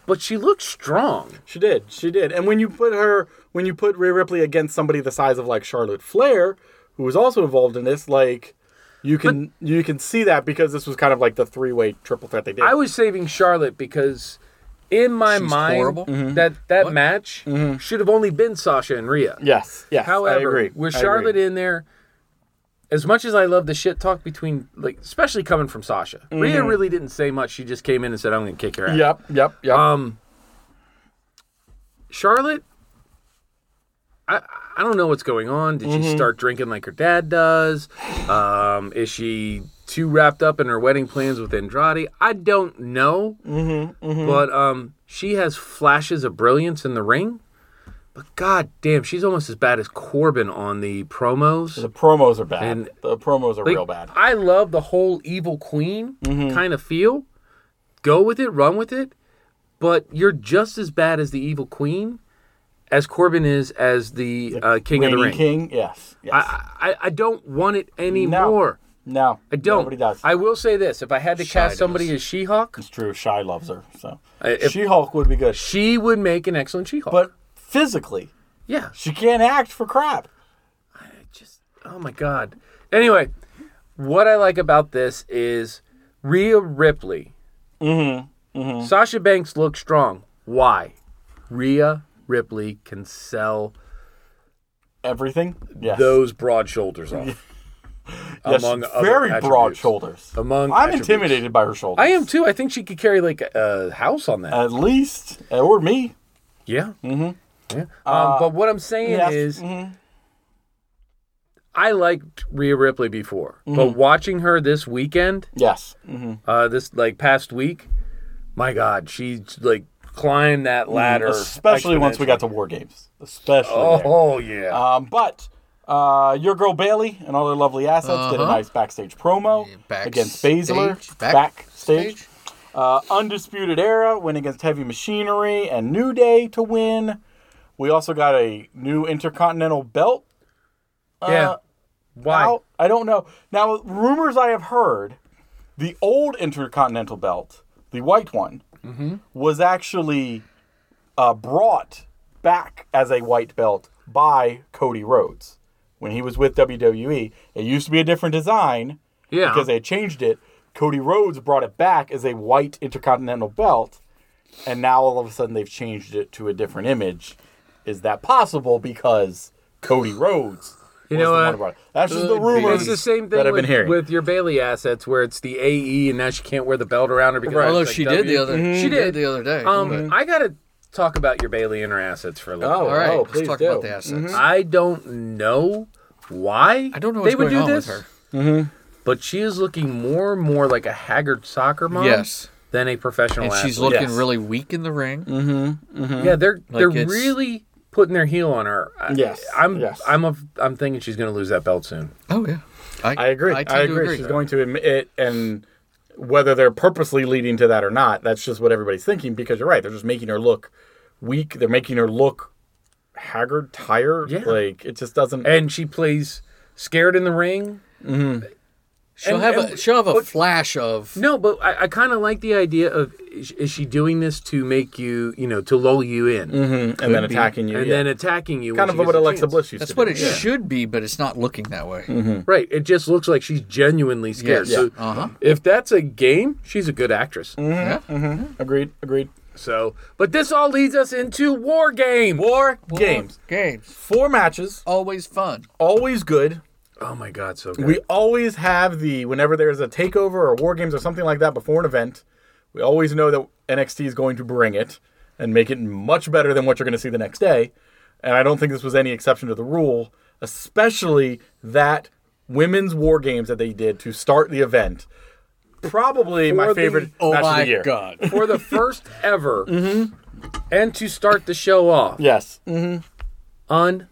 S5: but she looked strong.
S3: She did. She did. And when you put her, when you put Rhea Ripley against somebody the size of like Charlotte Flair, who was also involved in this, like you can you can see that because this was kind of like the three way triple threat they did.
S5: I was saving Charlotte because in my
S4: She's
S5: mind
S4: horrible?
S3: Mm-hmm.
S5: that that match should have only been Sasha and Rhea.
S3: yes. Yes.
S5: However,
S3: Mm-hmm. I agree.
S5: with
S3: I
S5: Charlotte
S3: agree.
S5: in there, as much as I love the shit talk between, like, especially coming from Sasha,
S3: Mm-hmm.
S5: Rhea really didn't say much. She just came in and said, "I'm going to kick your ass."
S3: Yep. Yep. Yep.
S5: Um, Charlotte, I I don't know what's going on. Did she start drinking like her dad does? Um, is she too wrapped up in her wedding plans with Andrade? I don't know, but um, she has flashes of brilliance in the ring. But god damn, she's almost as bad as Corbin on the promos.
S3: the promos are bad.
S5: and-
S3: the promos are
S5: Like,
S3: real bad. Mm-hmm.
S5: I love the whole evil queen kind of feel. Go with it, run with it, but you're just as bad as the evil queen as Corbin is as the uh, king of the
S3: Reigning
S5: ring.
S3: King. Yes. Yes.
S5: I, I I don't want it anymore.
S3: No,
S5: I don't.
S3: Nobody does.
S5: I will say this: if I had to cast
S4: does.
S5: somebody as She-Hulk,
S3: it's true. Shy loves her, so
S5: I- if-
S3: She Hulk would be good.
S5: she would make an excellent She-Hulk.
S3: But physically,
S5: yeah,
S3: she can't act for crap.
S5: just oh my god. Anyway, what I like about this is Rhea
S3: mm-hmm.
S5: Ripley. Mm-hmm. Sasha Banks looks strong. Why? Rhea Ripley can sell
S3: Everything? Yes.
S5: those broad shoulders off.
S3: yes.
S5: other
S3: very broad
S5: attributes.
S3: shoulders.
S5: Among
S3: I'm
S5: attributes.
S3: intimidated by her shoulders.
S5: I am too. I think she could carry like a house on that.
S3: At least, or me.
S5: yeah. Mm-hmm. Yeah. Um, but what I'm saying
S3: Uh, yes, Mm-hmm.
S5: is, I liked Rhea Ripley before,
S3: Mm-hmm.
S5: but watching her this weekend,
S3: Yes. Mm-hmm.
S5: uh, this like past week, my God, she's like climbed that ladder,
S3: Mm, Especially once we got to War Games. Especially.
S5: exponentially.
S3: there.
S5: Oh, oh yeah.
S3: Um, but uh, your girl Bailey and all her lovely assets did a
S4: Uh-huh.
S3: nice backstage promo
S4: Backstage?
S3: against Baszler.
S4: Back-
S3: backstage. Uh, Undisputed Era went against Heavy Machinery and New Day to win. We also got a new Intercontinental belt
S5: yeah. Why?
S3: Uh, out. I don't know. Now, rumors I have heard the old Intercontinental belt, the white one, was actually uh, brought back as a white belt by Cody Rhodes when he was with WWE. It used to be a different design
S5: yeah.
S3: because they changed it. Cody Rhodes brought it back as a white Intercontinental belt, and now all of a sudden they've changed it to a different image. Is that possible? Because Cody Rhodes. You
S5: know what? Uh,
S3: That's just the
S4: Could be.
S3: rumors.
S5: It's the same thing
S3: that I've
S5: with,
S3: been hearing.
S5: with your Bailey assets, where it's the AE and now she can't wear the belt around her because
S4: Although
S5: it's like
S4: she did
S5: W.
S4: the other,
S3: Mm-hmm.
S4: Mm-hmm. she did the other day.
S5: Um,
S4: but-
S5: I gotta talk about your Bailey and her assets for a little.
S3: Oh.
S5: bit.
S4: all right,
S3: please
S4: let's talk
S3: do.
S4: about the assets.
S5: I don't know why
S4: I don't know what's
S5: they would do
S4: going on
S5: this,
S4: with her.
S5: but she is looking more and more like a haggard soccer mom
S4: Yes,
S5: than a professional.
S3: Oh,
S4: and she's
S5: athlete.
S4: looking
S3: Yes.
S4: really weak in the ring.
S5: Yeah, they're they're
S4: it's-
S5: really putting their heel on her. I-
S3: Yes,
S5: I'm
S3: yes.
S5: I'm a, I'm thinking she's gonna lose that belt soon.
S4: Oh yeah,
S3: I agree. I,
S4: I tend to
S3: agree.
S4: agree.
S3: She's going to admit it, and whether they're purposely leading to that or not, that's just what everybody's thinking. Because you're right, they're just making her look weak. They're making her look haggard, tired.
S5: Yeah.
S3: Like it just doesn't.
S5: And she plays scared in the ring.
S4: She'll
S5: And-
S4: have a
S5: and-
S4: she'll have a flash of
S5: No, but I, I kind of like the idea of is, is she doing this to make you, you know, to lull you in,
S3: Mm-hmm. and then attacking you.
S5: and
S3: yeah.
S5: then attacking you. when
S3: kind of
S5: she gets
S3: what
S5: a
S3: Alexa
S5: chance.
S3: Bliss used
S4: that's
S3: to
S4: what
S3: do.
S4: it should be, but it's not looking that way.
S5: Right. It just looks like she's genuinely scared.
S4: Yes.
S5: So
S4: Yeah. Uh-huh.
S5: if that's a game, she's a good actress.
S4: Yeah.
S3: Agreed. Agreed.
S5: So, but this all leads us into war game.
S3: War games.
S4: games,
S3: Four matches.
S4: always fun.
S3: Always good.
S5: Oh my God, so good.
S3: We always have the whenever there's a takeover or war games or something like that before an event, we always know that NXT is going to bring it and make it much better than what you're going to see the next day. And I don't think this was any exception to the rule, especially that women's war games that they did to start the event. Probably my
S5: For the-
S3: favorite
S4: Oh
S3: match
S4: my
S3: of the year.
S4: god.
S5: For the first ever, and to start the show off,
S3: Yes.
S5: un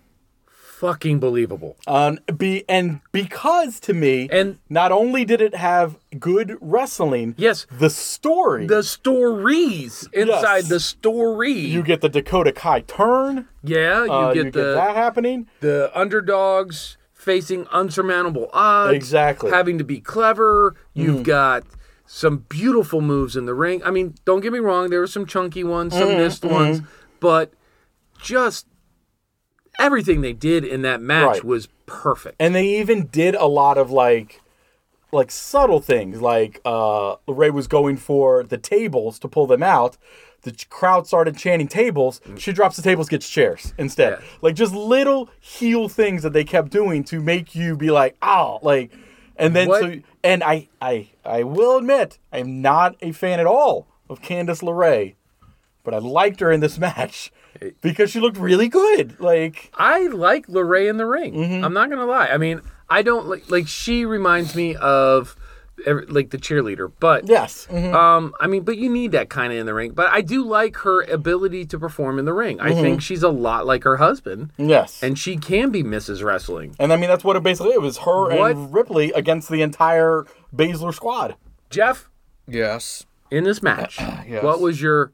S5: fucking believable.
S3: Um, be and because to me,
S5: And-
S3: not only did it have good wrestling,
S5: Yes.
S3: the story,
S5: The stories inside the story.
S3: you get the Dakota Kai turn,
S5: yeah, you
S3: uh,
S5: get
S3: you
S5: the
S3: get that happening.
S5: the underdogs facing unsurmountable odds.
S3: Exactly. Mm.
S5: Having to be clever. You've got some beautiful moves in the ring. I mean, don't get me wrong, there were some chunky ones,
S3: Mm-hmm,
S5: some missed ones, but just everything they did in that match
S3: Right.
S5: was perfect.
S3: and they even did a lot of like like subtle things like uh ray was going for the tables to pull them out the ch- crowd started chanting tables she drops the tables gets chairs instead
S5: Mm. Yeah.
S3: like just little heel things that they kept doing to make you be like oh like and then
S5: What-
S3: so and i i i will admit i'm not a fan at all of candice LeRae, but i liked her in this match because she looked really good like
S5: I like Lorray in the ring. I'm not gonna lie. I mean, I don't like like she reminds me of every, like the cheerleader, but
S3: yes
S5: Um, I mean, but you need that kind of in the ring. But I do like her ability to perform in the ring. I think she's a lot like her husband,
S3: yes
S5: and she can be Mrs. Wrestling.
S3: And I mean, that's what it basically it was her and
S5: What?
S3: Ripley against the entire Baszler squad.
S5: Jeff,
S4: Yes.
S5: in this match, what was your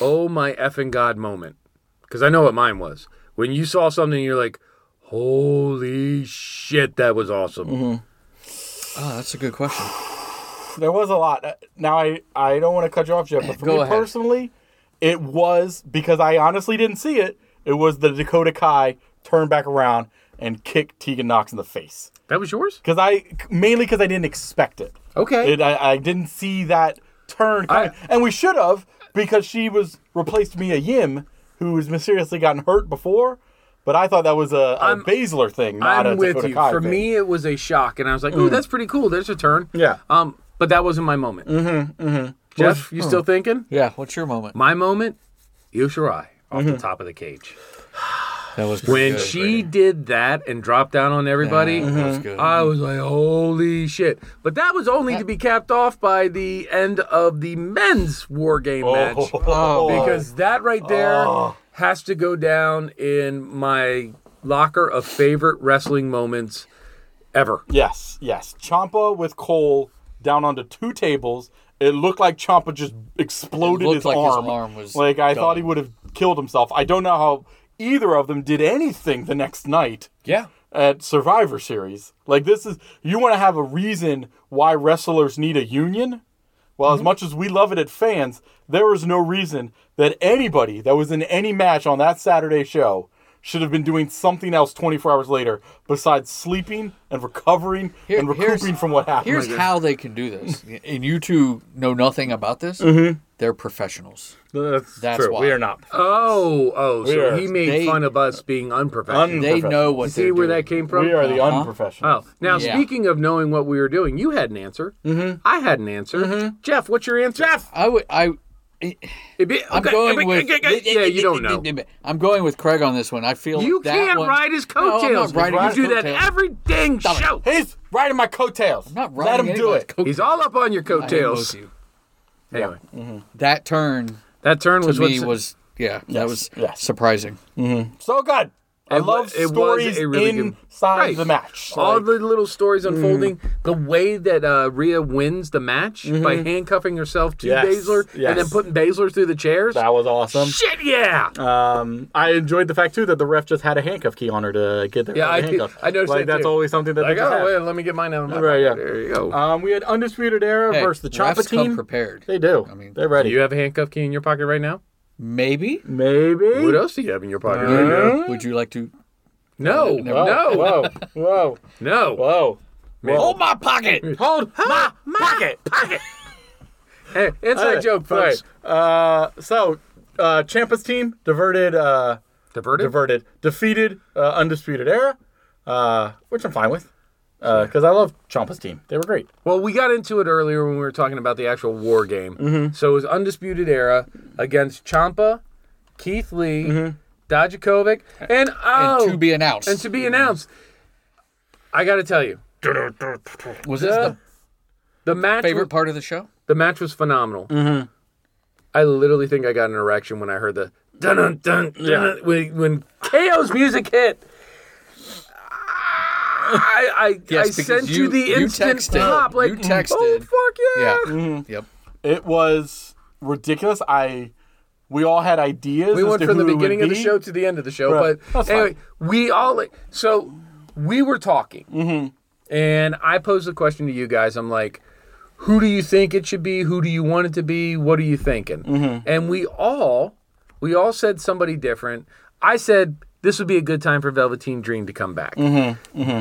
S5: oh my effing god moment? Because I know what mine was. When you saw something, you're like, holy shit, that was awesome.
S4: Oh, that's a good question.
S3: There was a lot. Uh, Now, I, I don't want to cut you off, Jeff, but for
S4: Go
S3: me
S4: ahead.
S3: personally, it was because I honestly didn't see it. It was the Dakota Kai turn back around and kick Tegan Knox in the face.
S5: That was yours?
S3: Because I mainly because I didn't expect it.
S5: Okay.
S3: It, I, I didn't see that turn coming, and we should have because she was replaced Mia Yim, who has mysteriously gotten hurt before. But I thought that was a, a
S5: I'm-
S3: Baszler thing, not
S5: I'm
S3: a
S5: with
S3: Dakota
S5: you.
S3: Kai
S5: For
S3: thing.
S5: me, it was a shock, and I was like, "Ooh, that's pretty cool. There's a turn."
S3: Yeah.
S5: Um, but that wasn't my moment. Mm-hmm. Mm-hmm. Jeff, you still thinking?
S4: Yeah, what's your moment?
S5: My moment, Io Shirai off the top of the cage
S4: That was pretty
S5: when
S4: good. Mm-hmm.
S5: she did that and dropped down on everybody.
S4: That was good.
S5: I was like, holy shit. But that was only to be capped off by the end of the men's war game
S3: Oh,
S5: match.
S4: Oh.
S5: Because that right there has to go down in my locker of favorite wrestling moments ever.
S3: Yes, yes. Champa with Cole down onto two tables. It looked like Champa just exploded
S4: It looked
S3: his
S4: like his
S3: arm.
S4: arm was
S3: like I thought he
S4: gone.
S3: would have killed himself. I don't know how either of them did anything the next night
S6: Yeah.
S3: at Survivor Series. Like this is you want to have a reason why wrestlers need a union? Well,
S4: Mm-hmm.
S3: as much as we love it at fans, there was no reason that anybody that was in any match on that Saturday show should have been doing something else 24 hours later besides sleeping and recovering
S4: Here-
S3: and
S4: here's-
S3: recouping from what happened.
S4: Here's how they can do this, and you two know nothing about this. They're professionals.
S3: that's,
S4: That's true. why. We are
S3: not.
S5: Oh, oh, so
S3: Weird.
S5: he made
S4: They-
S5: fun of us being unprofessional.
S3: Un-
S4: They know what
S5: See
S4: they're
S5: where
S4: doing.
S5: that came from?
S3: We are the
S4: Uh-huh.
S5: Oh,
S3: unprofessionals.
S5: now
S4: Yeah.
S5: speaking of knowing what we were doing, you had an answer. Mm-hmm. I had an answer.
S4: Mm-hmm.
S5: Jeff, what's your answer? Jeff,
S4: I would. I.
S5: It'd be-
S4: I'm
S5: okay,
S4: going
S5: okay,
S4: with.
S5: okay, okay. yeah, you don't know.
S4: I'm going with Craig on this one. I feel
S5: You
S4: that
S5: can't
S4: one-
S5: ride his
S4: No, I'm not
S5: coattails.
S4: riding
S5: you
S4: his
S5: do that
S4: coattails.
S5: every dang show.
S3: He's riding my coattails.
S4: I'm not
S3: Let
S4: riding
S3: him do
S4: anybody's
S3: it.
S4: coattails.
S5: He's all up on your
S4: I am
S5: coattails.
S4: with you.
S5: Anyway,
S4: That turn
S5: that turn was
S4: to me
S5: what
S4: was yeah. That was
S3: yes.
S4: surprising.
S3: so good. I
S5: It wa-
S3: love
S5: it was
S3: stories
S5: a really good-
S3: inside
S5: Right.
S3: the match.
S5: all
S3: Like,
S5: the little stories
S3: Mm-hmm.
S5: unfolding. The way that uh, Rhea wins the match by handcuffing herself to
S3: Mm-hmm. Yes,
S5: Baszler
S3: yes.
S5: and then putting Baszler through the chairs.
S3: that was awesome.
S5: Shit, yeah.
S3: Um, I enjoyed the fact too that the ref just had a handcuff key on her to get there.
S5: Yeah, I did-
S3: handcuff.
S5: I noticed
S3: Like
S5: that,
S3: that's
S5: too.
S3: always something that
S5: like,
S3: they just
S5: oh,
S3: have.
S5: wait, let me get mine out. of my-
S3: Right, yeah.
S5: There you go.
S3: Um, we had Undisputed Era
S4: Hey,
S3: versus the Champa
S4: refs come
S3: team.
S4: prepared.
S3: They do.
S4: I mean-
S3: they're ready.
S5: you have a handcuff key in your pocket right now?
S4: Maybe.
S3: Maybe.
S5: What else do you have in your pocket right now?
S4: Would you like to?
S5: No,
S3: Whoa,
S5: no,
S3: Whoa! Whoa!
S5: no.
S3: Whoa!
S4: Hold my pocket.
S3: Hold my, pocket.
S5: Hey, inside joke,
S3: All right.
S5: folks.
S3: Uh, so, uh, Champa's team diverted. Uh,
S5: Diverted?
S3: diverted, defeated uh, Undisputed Era, uh, which I'm fine with because I love Champa's team. They were great.
S5: Well, we got into it earlier when we were talking about the actual war game.
S4: Mm-hmm.
S5: So it was Undisputed Era against Champa, Keith Lee, Dijakovic, and oh,
S4: Mm-hmm. And to be announced.
S5: and to be announced. I got to tell you, Uh,
S4: was this the
S5: the match
S4: favorite
S5: was,
S4: part of the show?
S5: the match was phenomenal.
S4: Mm-hmm.
S5: I literally think I got an erection when I heard the dun dun dun, dun when when KO's music hit. I I, I
S4: Yes, because
S5: sent you,
S4: you-
S5: the
S4: you
S5: instant
S4: texted.
S5: pop like
S4: You texted.
S5: oh fuck yeah.
S4: Yeah. Yep.
S3: It was ridiculous. I we all had ideas.
S5: We
S3: as
S5: went
S3: to
S5: from the
S3: who it would
S5: beginning of the
S3: be.
S5: show to the end of the show,
S3: Right.
S5: but
S3: That's fine.
S5: anyway, we all like so we were talking,
S3: Mm-hmm.
S5: and I posed the question to you guys. I'm like, who do you think it should be? Who do you want it to be? What are you thinking?
S3: Mm-hmm.
S5: And we all we all said somebody different. I said this would be a good time for Velveteen Dream to come back.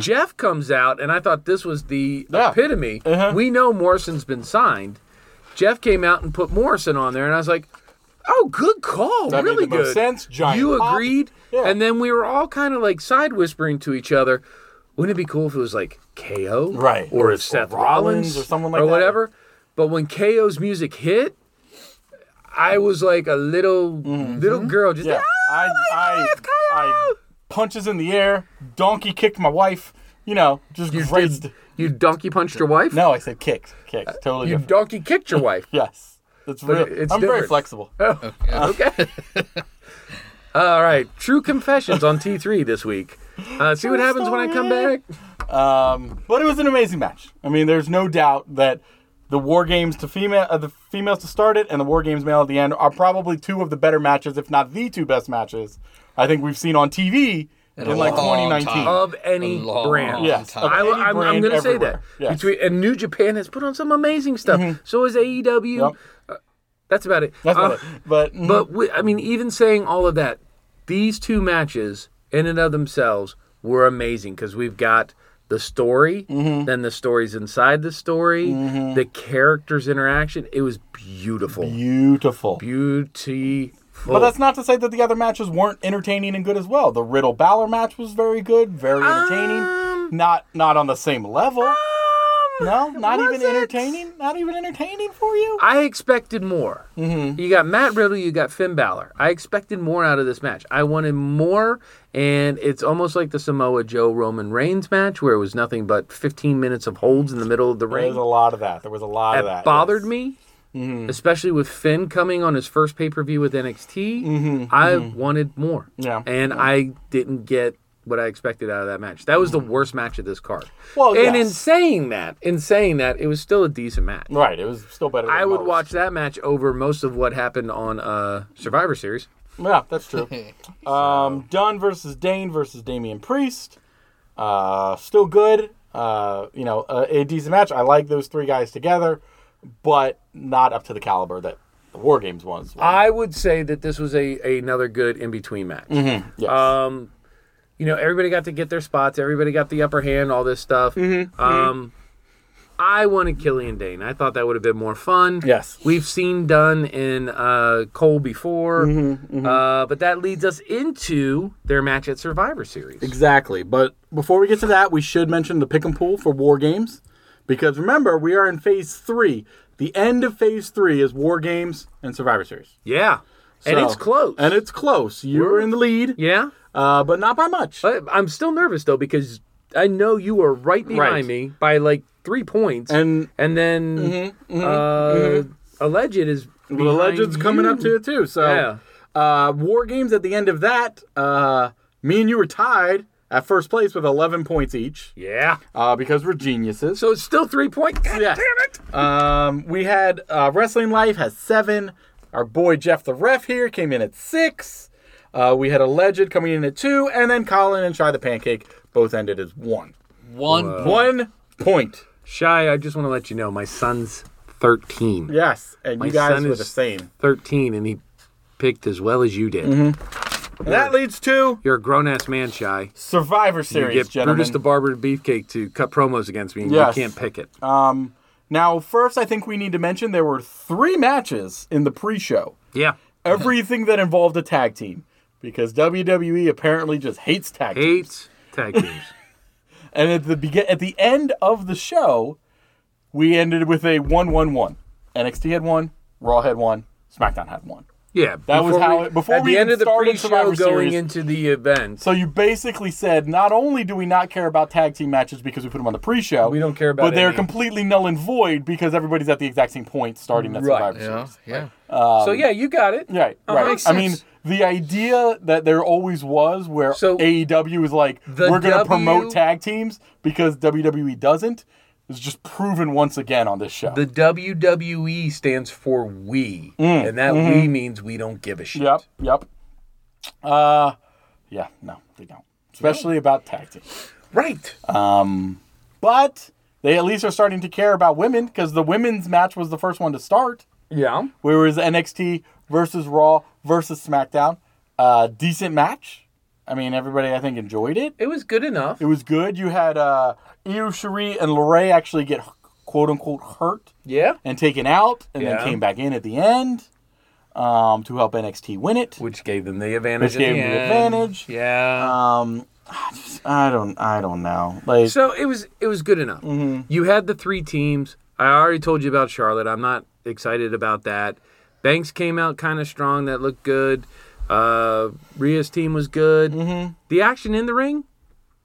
S5: Jeff comes out, and I thought this was the
S3: Mm-hmm. Yeah. Uh-huh.
S5: epitome. We know Morrison's been signed. Jeff came out and put Morrison on there, and I was like, "Oh, good call,
S3: That made
S5: really
S3: the most
S5: good."
S3: sense. Giant
S5: you
S3: pop.
S5: agreed,
S3: Yeah.
S5: and then we were all kind of like side whispering to each other. Wouldn't it be cool if it was like KO,
S3: Right.
S5: or,
S3: Or
S5: if Seth
S3: Rollins
S5: Rollins
S3: or someone like
S5: or
S3: that.
S5: whatever? But when KO's music hit, I was like a little little girl, just
S3: Mm-hmm.
S5: "Ah!"
S3: Yeah, I, I, I punches in the air. Donkey kicked my wife. You know, just
S5: You
S3: grazed.
S5: did, you donkey punched your wife.
S3: No, I said kicked. Kicked. Totally
S5: you
S3: different.
S5: donkey kicked your wife.
S3: yes. That's real.
S5: it's
S3: I'm very
S5: different.
S3: flexible.
S5: Okay. All right. True confessions on T three this week. Uh, see what happens when I come back.
S3: Um, but it was an amazing match. I mean, there's no doubt that the war games to female, uh, the females to start it, and the war games male at the end are probably two of the better matches, if not the two best matches I think we've seen on TV in,
S4: a
S3: like
S4: long
S3: 2019.
S4: time.
S5: Of any
S4: A long
S5: brand.
S3: Yes,
S4: time.
S3: of
S5: I,
S3: any
S5: am
S3: brand
S5: going to say that.
S3: everywhere. Yes. Mm-hmm.
S5: Between, and New Japan has put on some amazing stuff. So is AEW.
S3: Yep.
S5: Uh, that's about it.
S3: That's not
S5: Uh,
S3: it. But mm,
S5: But we, I mean, even saying all of that, these two matches in and of themselves were amazing because we've got the story,
S3: Mm-hmm.
S5: then the stories inside the story, the characters' interaction. It was beautiful,
S3: beautiful.
S5: beautiful.
S3: But that's not to say that the other matches weren't entertaining and good as well. The Riddle Balor match was very good, very entertaining.
S5: Um,
S3: not not on the same level.
S5: uh,
S3: no, not even
S5: was it?
S3: entertaining. Not even entertaining for you.
S5: I expected more.
S3: Mm-hmm.
S5: You got Matt Riddle, you got Finn Balor. I expected more out of this match. I wanted more, and it's almost like the Samoa Joe Roman Reigns match where it was nothing but 15 minutes of holds in the middle of the
S3: There
S5: ring.
S3: was a lot of that. There was a lot
S5: that,
S3: of that.
S5: bothered
S3: yes. Mm-hmm.
S5: me, especially with Finn coming on his first pay per view with NXT. I wanted more.
S3: Mm-hmm. Yeah.
S5: And I didn't get what I expected out of that match. That was the worst match of this card.
S3: Mm-hmm. Well,
S5: and
S3: yes.
S5: in saying that, in saying that, it was still a decent match.
S3: Right, it was still better. Than
S5: I would
S3: most.
S5: watch that match over most of what happened on uh, Survivor Series.
S3: Yeah, that's true. um, Dunn versus Dane versus Damian Priest. Uh, still good. Uh, you know, a, a decent match. I like those three guys together, but not up to the caliber that the War Games ones. Were.
S5: I would say that this was a, another good in between match.
S3: Yes.
S5: Um, you know, everybody got to get their spots. Everybody got the upper hand. All this stuff.
S3: Mm-hmm.
S5: Um, I wanted Killian Dane. I thought that would have been more fun.
S3: Yes.
S5: we've seen done in uh, Cole before,
S3: Mm-hmm.
S5: Uh, but that leads us into their match at Survivor Series.
S3: Exactly. But before we get to that, we should mention the pick and pool for War Games. Because remember, we are in phase three. The end of phase three is War Games and Survivor Series.
S5: Yeah, and
S3: So-
S5: it's close.
S3: And it's close. You were in the lead,
S5: yeah,
S3: uh, but not by much.
S5: but I'm still nervous though because I know you were right behind
S3: Right.
S5: me by like three points,
S3: And- Mm-hmm,
S5: and then uh, alleged is
S3: The legend's coming up to it too. So,
S5: Yeah.
S3: uh, War Games at the end of that, uh, me and you were tied at first place with 11 points each
S5: Yeah.
S3: uh, because we're geniuses.
S5: So it's still three points.
S3: Yeah. Um, we had uh, Wrestling Life has seven. Our boy Jeff the Ref here came in at six. Uh, we had Alleged coming in at two, and then Colin and Shy the Pancake both ended as one.
S4: One point.
S3: One point.
S5: Shy, I just want to let you know my son's 13.
S3: Yes, and
S5: My
S3: you guys
S5: son
S3: were
S5: is-
S3: the same.
S5: 13, and he picked as well as you did.
S3: Mm-hmm. And that leads to
S5: You're a grown ass man, Shy.
S3: Survivor
S5: you
S3: Series,
S5: get
S3: gentlemen.
S5: Brutus the Barber and Beefcake to cut promos against me, and
S3: Yes. Uh,
S5: you can't pick it.
S3: now, first, I think we need to mention there were three matches in the pre-show.
S5: yeah.
S3: Everything that involved a tag team, because WWE apparently just hates tag teams.
S5: Eight tag teams.
S3: And at the begin, at the end of the show, we ended with a one-one-one. NXT had one, Raw had one, SmackDown had one.
S5: Yeah.
S3: That was
S5: before
S3: how
S5: we-
S3: it- before
S5: at
S3: we
S5: the end
S3: even
S5: of the
S3: started
S5: pre-show
S3: Survivor
S5: going
S3: Series-
S5: into the event.
S3: So you basically said not only do we not care about tag team matches because we put them on the pre-show,
S5: We don't care about
S3: but they're
S5: any.
S3: completely null and void because everybody's at the exact same point starting at
S5: Right,
S3: Survivor
S4: Yeah,
S3: Series.
S4: yeah.
S3: um,
S5: so yeah, you got it.
S3: Right, right.
S5: Uh-huh. makes
S3: I mean,
S5: sense.
S3: the idea that there always was where
S5: So-
S3: AEW is like,
S5: The
S3: we're going to
S5: W-
S3: promote tag teams because WWE doesn't, is just proven once again on this show.
S5: The WWE stands for we, and that we means we don't give a shit.
S3: Mm, mm-hmm. Yep, yep. Uh, yeah, no, they don't. Especially about tag teams.
S5: Right.
S3: But they at least are starting to care about women because the women's match was the first one to start.
S5: yeah.
S3: Where was NXT versus Raw versus SmackDown? Uh, decent match. I mean, everybody I think enjoyed it.
S5: It was good enough.
S3: It was good. You had uh, Io Shirai and Lorray actually get quote unquote hurt
S5: yeah.
S3: and taken out, and
S5: Yeah.
S3: then came back in at the end um, to help NXT win it,
S5: Which gave them the advantage.
S3: which gave them the advantage.
S5: Yeah.
S3: Um, I just- I don't, I don't know. Like,
S5: so it was it was good enough.
S3: Mm-hmm.
S5: You had the three teams. I already told you about Charlotte. I'm not excited about that. Banks came out kind of strong. That looked good. Uh, Rhea's team was good.
S3: Mm-hmm.
S5: The action in the ring,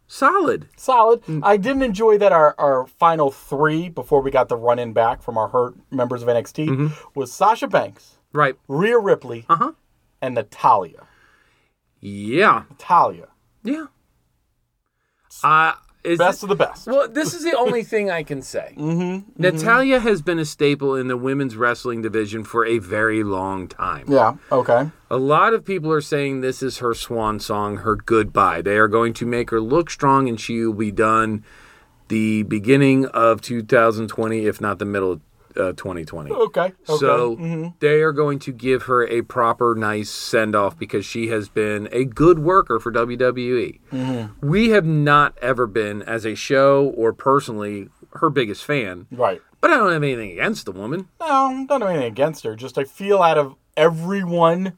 S5: solid.
S3: solid.
S5: Mm.
S3: I didn't enjoy that our, our final three before we got the run in back from our hurt members of NXT
S5: Mm-hmm.
S3: was Sasha Banks,
S5: Right.
S3: Rhea Ripley,
S5: Uh-huh.
S3: and Natalia.
S5: Yeah.
S3: Natalia,
S5: Yeah. Uh, is
S3: best
S5: it-
S3: of Mm-hmm. the best.
S5: Well, this is the only thing I can say. Natalia has been a staple in the women's wrestling division for a very long time.
S3: Yeah. Okay.
S5: A lot of people are saying this is her swan song, her goodbye. They are going to make her look strong and she will be done the beginning of 2020, if not the middle of uh, 2020.
S3: Okay. okay.
S5: So they are going to give her a proper, nice send off because she has been a good worker for WWE. We have not ever been, as a show or personally, her biggest fan.
S3: right.
S5: But I don't have anything against the woman.
S3: No, don't have anything against her. Just I feel out of everyone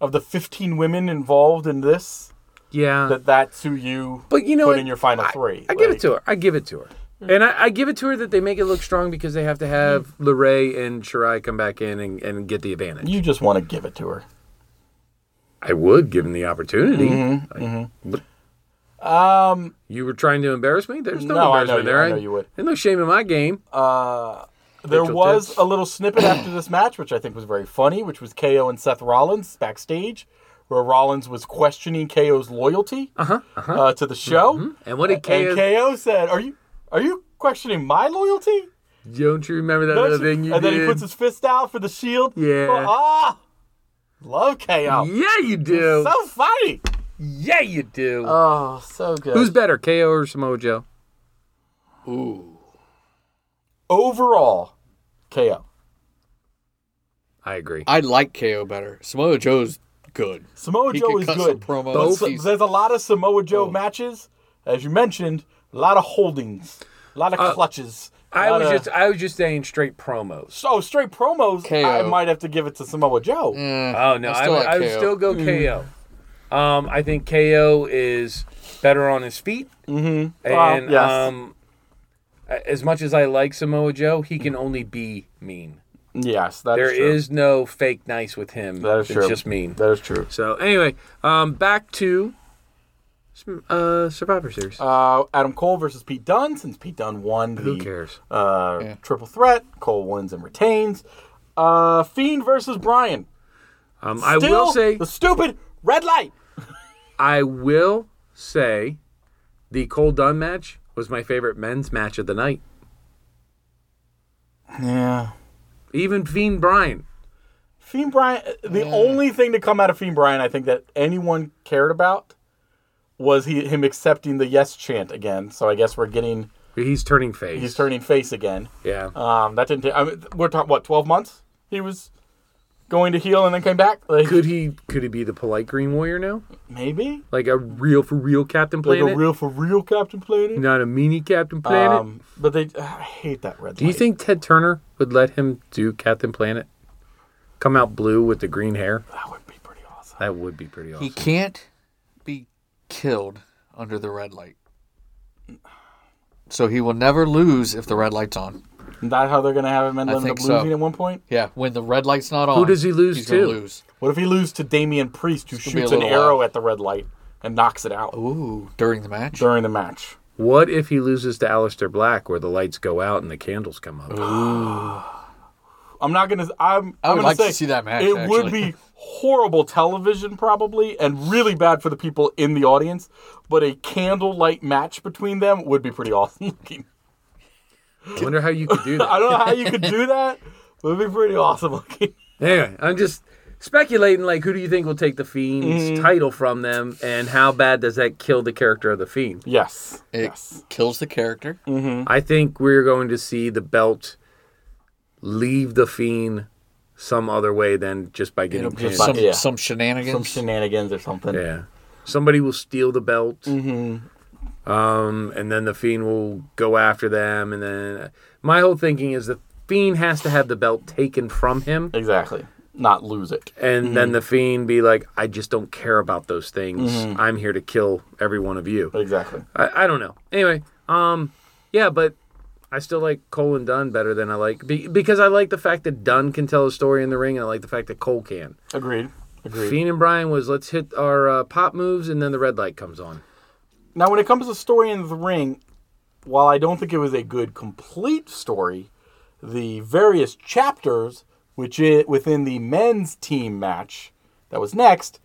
S3: of the 15 women involved in this
S5: Yeah.
S3: that that's who you
S5: But you know
S3: put
S5: what?
S3: in your final
S5: I,
S3: three.
S5: I give it
S3: Like,
S5: to her. I give it to her. And I, I give it to her that they make it look strong because they have to have Lorray and Shirai come back in and, and get the advantage.
S3: you just want to give it to her.
S5: I would, given the opportunity. Like, But
S3: Mm-hmm, Um,
S5: you were trying to embarrass me? There's no,
S3: No, I know
S5: embarrassment
S3: you-
S5: there.
S3: I know you would.
S5: There's no shame in my game.
S3: there
S5: Rachel
S3: was
S5: Tibbs.
S3: a little snippet after this match, which I think was very funny, which was KO and Seth Rollins backstage, where Rollins was questioning KO's loyalty uh-huh, to the show.
S5: and Mm-hmm. what did KO...
S3: And KO said, "Are you are you questioning my loyalty?"
S5: Don't you remember that other
S3: Don't you-
S5: thing you
S3: and
S5: did?
S3: then he puts his fist out for the shield.
S5: Yeah.
S3: Oh, ah, love KO.
S5: yeah, you do.
S3: So funny.
S5: yeah, you do.
S3: Oh, so good.
S5: Who's better, KO or Samoa Joe?
S3: overall KO?
S5: I agree.
S4: I like KO better. Samoa Joe's good.
S3: Samoa
S4: He
S3: Joe
S4: could
S3: is
S4: cut
S3: good.
S4: some promos.
S3: But
S4: Both
S3: so-
S4: he's-
S3: there's a lot of Samoa
S5: Oh.
S3: Joe matches, as you mentioned. A lot of holdings, a lot of clutches. a
S5: Uh, I
S3: lot
S5: was
S3: of-
S5: just I was just saying straight promos.
S3: so straight promos. I
S4: KO.
S3: might have to give it to Samoa Joe.
S4: Mm.
S5: Oh no,
S4: I
S5: I,
S4: still
S5: would-
S4: like
S5: I would
S4: KO.
S5: still go
S3: Mm.
S5: KO. Um, I think KO is better on his feet, mm-hmm. and
S3: yes.
S5: um, a- as much as I like Samoa Joe, he can only be mean.
S3: Yes, that is
S5: There is
S3: true.
S5: no fake nice with him.
S3: That is
S5: it's
S3: true.
S5: just mean.
S3: That is true.
S5: So anyway, um, back to uh, Survivor Series.
S3: Uh, Adam Cole versus Pete Dunne. Since Pete Dunne won
S5: Who
S3: the
S5: cares?
S3: uh,
S4: Yeah.
S3: triple threat, Cole wins and retains. Uh, Fiend versus Bryan.
S5: Um, I
S3: Still
S5: will say
S3: the stupid red light.
S5: I will say the Cole Dunn match was my favorite men's match of the night.
S3: Yeah.
S5: Even Fiend Bryan.
S3: Fiend Brian, the only thing to come out of Fiend Brian, I think that anyone cared about was he him accepting the yes chant again. So I guess we're getting
S5: He's turning face.
S3: he's turning face again.
S5: Yeah.
S3: Um, that didn't. Take, I mean, we're talking what twelve months he was going to heal and then came back. Like
S5: Could he could he be the polite Green Warrior now?
S3: maybe
S5: Like a real for real Captain
S3: like
S5: Planet?
S3: a real for real Captain Planet.
S5: not a meanie Captain Planet?
S3: Um, but they I hate that red.
S5: do you
S3: light.
S5: think Ted Turner would let him do Captain Planet? Come out blue with the green hair?
S3: that would be pretty awesome?
S5: That would be pretty awesome.
S4: He can't be killed under the red light. So he will never lose if the red light's on.
S3: Isn't that how they're gonna have him end
S4: I
S3: up
S4: think
S3: losing
S4: so.
S3: at one point?
S4: Yeah, when the red light's not on.
S5: does he lose
S4: he's gonna
S5: to?
S4: Lose.
S3: What if he loses to Damian Priest, who
S4: gonna be
S3: shoots
S4: a
S3: an
S4: little
S3: arrow
S4: while.
S3: at the red light and knocks it out
S4: Ooh, during the match.
S3: during the match?
S5: What if he loses to Alistair Black where the lights go out and the candles come up?
S3: I'm not gonna. I'm. I am
S4: would
S3: gonna
S4: like to
S3: say
S4: see that match,
S3: It would
S4: actually.
S3: be horrible television, probably, and really bad for the people in the audience. But a candlelight match between them would be pretty awesome looking.
S5: I wonder how you could do that.
S3: I don't know how you could do that. But it'd be pretty awesome looking.
S5: Anyway, I'm just speculating. Like, who do you think will take the Fiend's
S3: Mm-hmm.
S5: title from them, and how bad does that kill the character of the Fiend?
S3: Yes.
S4: It
S3: yes.
S4: kills the character.
S5: I think we're going to see the belt leave the Fiend some other way than just by getting pinned.
S4: Some
S3: Yeah.
S4: Mm-hmm. some shenanigans.
S3: Some shenanigans or something.
S5: yeah, somebody will steal the belt, um, and then the Fiend will go after them. And then my whole thinking is the Fiend has to have the belt taken from him.
S3: Exactly. Not lose it.
S5: and then the fiend be like, "I just don't care about those things. I'm here to kill every one of you."
S3: Exactly.
S5: I, I don't know. Anyway, um, yeah, but I still like Cole and Dunn better than I like be, because I like the fact that Dunn can tell a story in the ring, and I like the fact that Cole can.
S3: Agreed. Agreed.
S5: Fiend and Brian was let's hit our uh, pop moves, and then the red light comes on.
S3: Now, when it comes to story in the ring, while I don't think it was a good complete story, the various chapters which i within the men's team match that was next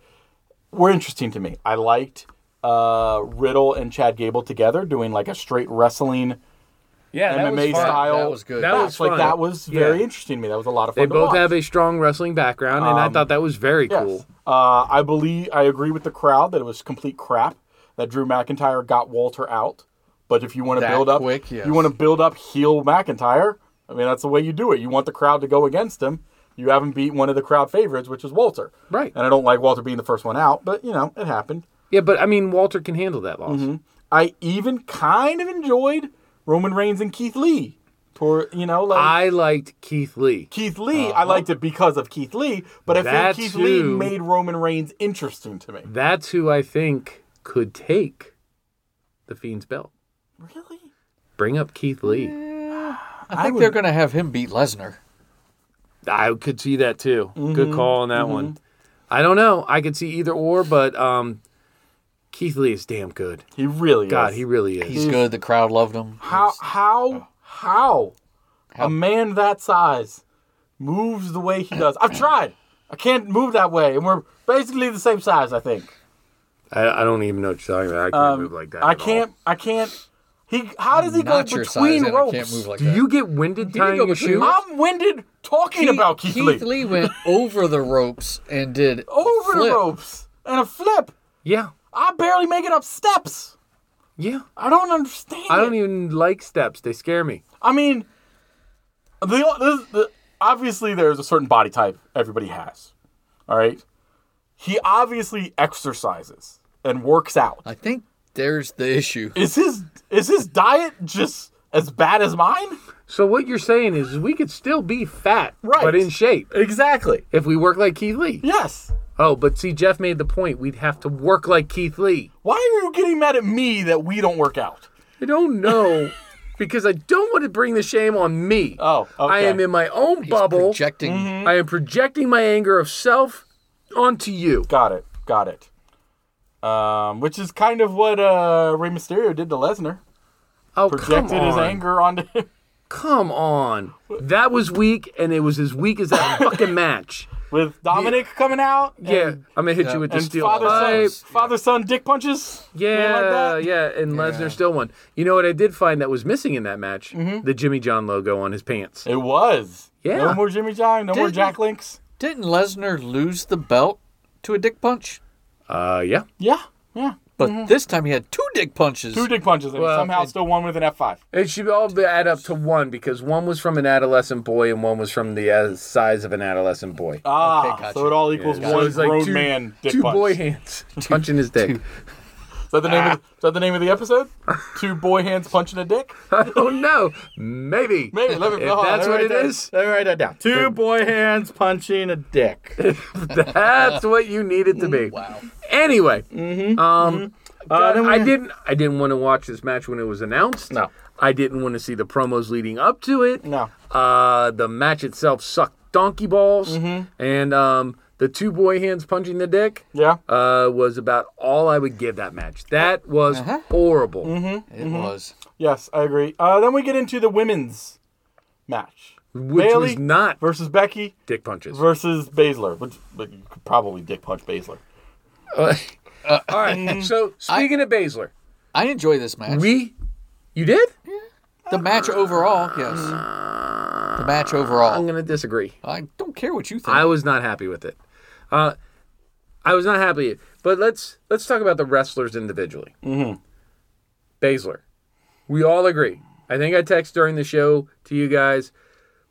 S3: were interesting to me. I liked uh, Riddle and Chad Gable together doing like a straight wrestling
S5: Yeah,
S3: MMA style.
S4: That was good.
S5: That
S3: match.
S5: was
S3: like
S5: fun.
S3: that was very
S5: Yeah.
S3: interesting to me. That was a lot of fun.
S5: They
S3: to
S5: both
S3: watch. Um,
S5: have a strong wrestling background, and I thought that was very
S3: Yes.
S5: cool.
S3: Uh, I believe I agree with the crowd that it was complete crap that Drew McIntyre got Walter out. But if you want to
S4: That
S3: build up,
S4: quick, yes.
S3: you want to build up heel McIntyre. I mean, that's the way you do it. You want the crowd to go against him. You haven't beat one of the crowd favorites, which is Walter.
S5: Right.
S3: And I don't like Walter being the first one out, but you know it happened.
S5: Yeah, but I mean, Walter can
S3: Mm-hmm.
S5: handle that loss.
S3: I even kind of enjoyed Roman Reigns and Keith Lee Poor, you know, like
S5: I liked Keith Lee.
S3: Keith Lee. I liked it because of Keith Lee, but I
S5: That
S3: think Keith Lee
S5: too.
S3: made Roman Reigns interesting to me.
S5: That's who I think could take the Fiend's belt.
S3: Really?
S5: Bring up Keith Lee.
S4: I think they're going to have him beat Lesnar.
S5: I could see that too. Good call on that one. I don't know. I could see either or, but um, Keith Lee is damn good.
S3: He really
S5: God,
S3: is.
S5: he really is.
S4: He's good. The crowd loved him.
S3: how how how
S4: Oh. How-
S3: a man that size moves the way he does. I've tried. I can't move that way, and we're basically the same size. I think.
S5: I, I don't even know what you're talking about. I can't move like that.
S3: I
S5: at all.
S3: can't. I can't. He. How does he go
S4: Not your size,
S3: between
S4: and I
S3: ropes?
S4: can't move like
S5: Do
S4: that.
S5: you get winded
S4: can go
S5: tying your
S4: between
S5: shoe?
S4: ropes.
S3: I'm winded talking about Keith, Lee.
S4: Keith Lee went over the ropes and did
S3: Over
S4: flip.
S3: the ropes and a flip.
S5: Yeah,
S3: I barely make it up steps.
S5: yeah.
S3: I don't understand.
S5: I don't
S3: it.
S5: even like steps. They scare me.
S3: I mean, the, the, the obviously there's a certain body type everybody has. All right. He obviously exercises and works out.
S4: I think there's the issue.
S3: Is his is his diet just as bad as mine?
S5: So what you're saying is we could still be fat,
S3: Right.
S5: but in shape
S3: Exactly.
S5: if we work like Keith Lee.
S3: Yes.
S5: Oh, but see, Jeff made the point. We'd have to work like Keith Lee.
S3: Why are you getting mad at me that we don't work out?
S5: I don't know because I don't want to bring the shame on me.
S3: Oh, okay.
S5: I am in my own bubble. Mm-hmm.
S4: Projecting.
S5: I am projecting my anger of self onto you.
S3: Got it. Got it. Um, which is kind of what uh, Rey Mysterio did to Lesnar.
S5: Oh, come
S3: Projected
S5: on.
S3: his anger onto him.
S5: Come on. That was weak, and it was as weak as that fucking match.
S3: With Dominic coming out. and-
S5: Yeah, I'm gonna hit you with the
S3: And
S5: steel
S3: father son,
S5: pipe.
S3: father son dick punches.
S5: Yeah,
S3: like that.
S5: yeah, and Lesnar still won. You know what I did find that was missing in that match?
S3: Mm-hmm.
S5: The Jimmy John logo on his pants.
S3: It was.
S5: Yeah.
S3: No more Jimmy John. No more
S4: Didn't-
S3: Jack Links.
S4: Didn't Lesnar lose the belt to a dick punch?
S5: Uh, yeah.
S3: Yeah. Yeah.
S4: But this time he had two dick punches.
S3: Two dick punches and
S5: Well,
S3: somehow
S5: it-
S3: still one with an F five.
S5: It should all be- add up to one because one was from an adolescent boy and one was from the uh, size of an adolescent boy.
S3: Ah,
S4: gotcha.
S3: so it all equals
S5: So
S3: one
S5: it's like
S3: grown
S5: two-
S3: man dick
S5: two
S3: punch.
S5: boy hands punching his dick.
S3: Is that the name? Of, is that the name of the episode? two boy hands punching a dick.
S5: I don't know. Maybe.
S3: Maybe. Let me.
S5: If
S3: hold on,
S5: that's
S3: let
S5: what
S3: me
S5: it
S3: write that-
S5: is,
S7: Let me write that down. Two boy hands punching a dick.
S5: that's what you need it to be. Wow. Anyway,
S3: Mm-hmm,
S5: um, God,
S7: then we-
S5: I didn't. I didn't want to watch this match when it was announced.
S7: No.
S5: I didn't want to see the promos leading up to it.
S3: No.
S5: Uh, the match itself sucked donkey balls,
S3: Mm-hmm.
S5: and um, the two boy hands punching the dick.
S3: Yeah.
S5: uh, was about all I would give that match. That was horrible.
S4: It was.
S3: Yes, I agree. Uh, then we get into the women's match.
S5: Which
S3: Bailey
S5: was not
S3: versus Becky
S5: dick punches.
S3: versus Baszler, which but you could probably dick punch Baszler.
S5: Uh, all right. So speaking of Baszler,
S4: I enjoy this match.
S5: we, you did?
S4: the match overall, yes. The match overall.
S5: I'm gonna disagree.
S4: I don't care what you think.
S5: I was not happy with it. Uh, I was not happy. But let's let's talk about the wrestlers individually. Mm-hmm. Baszler, we all agree. I think I texted during the show to you guys.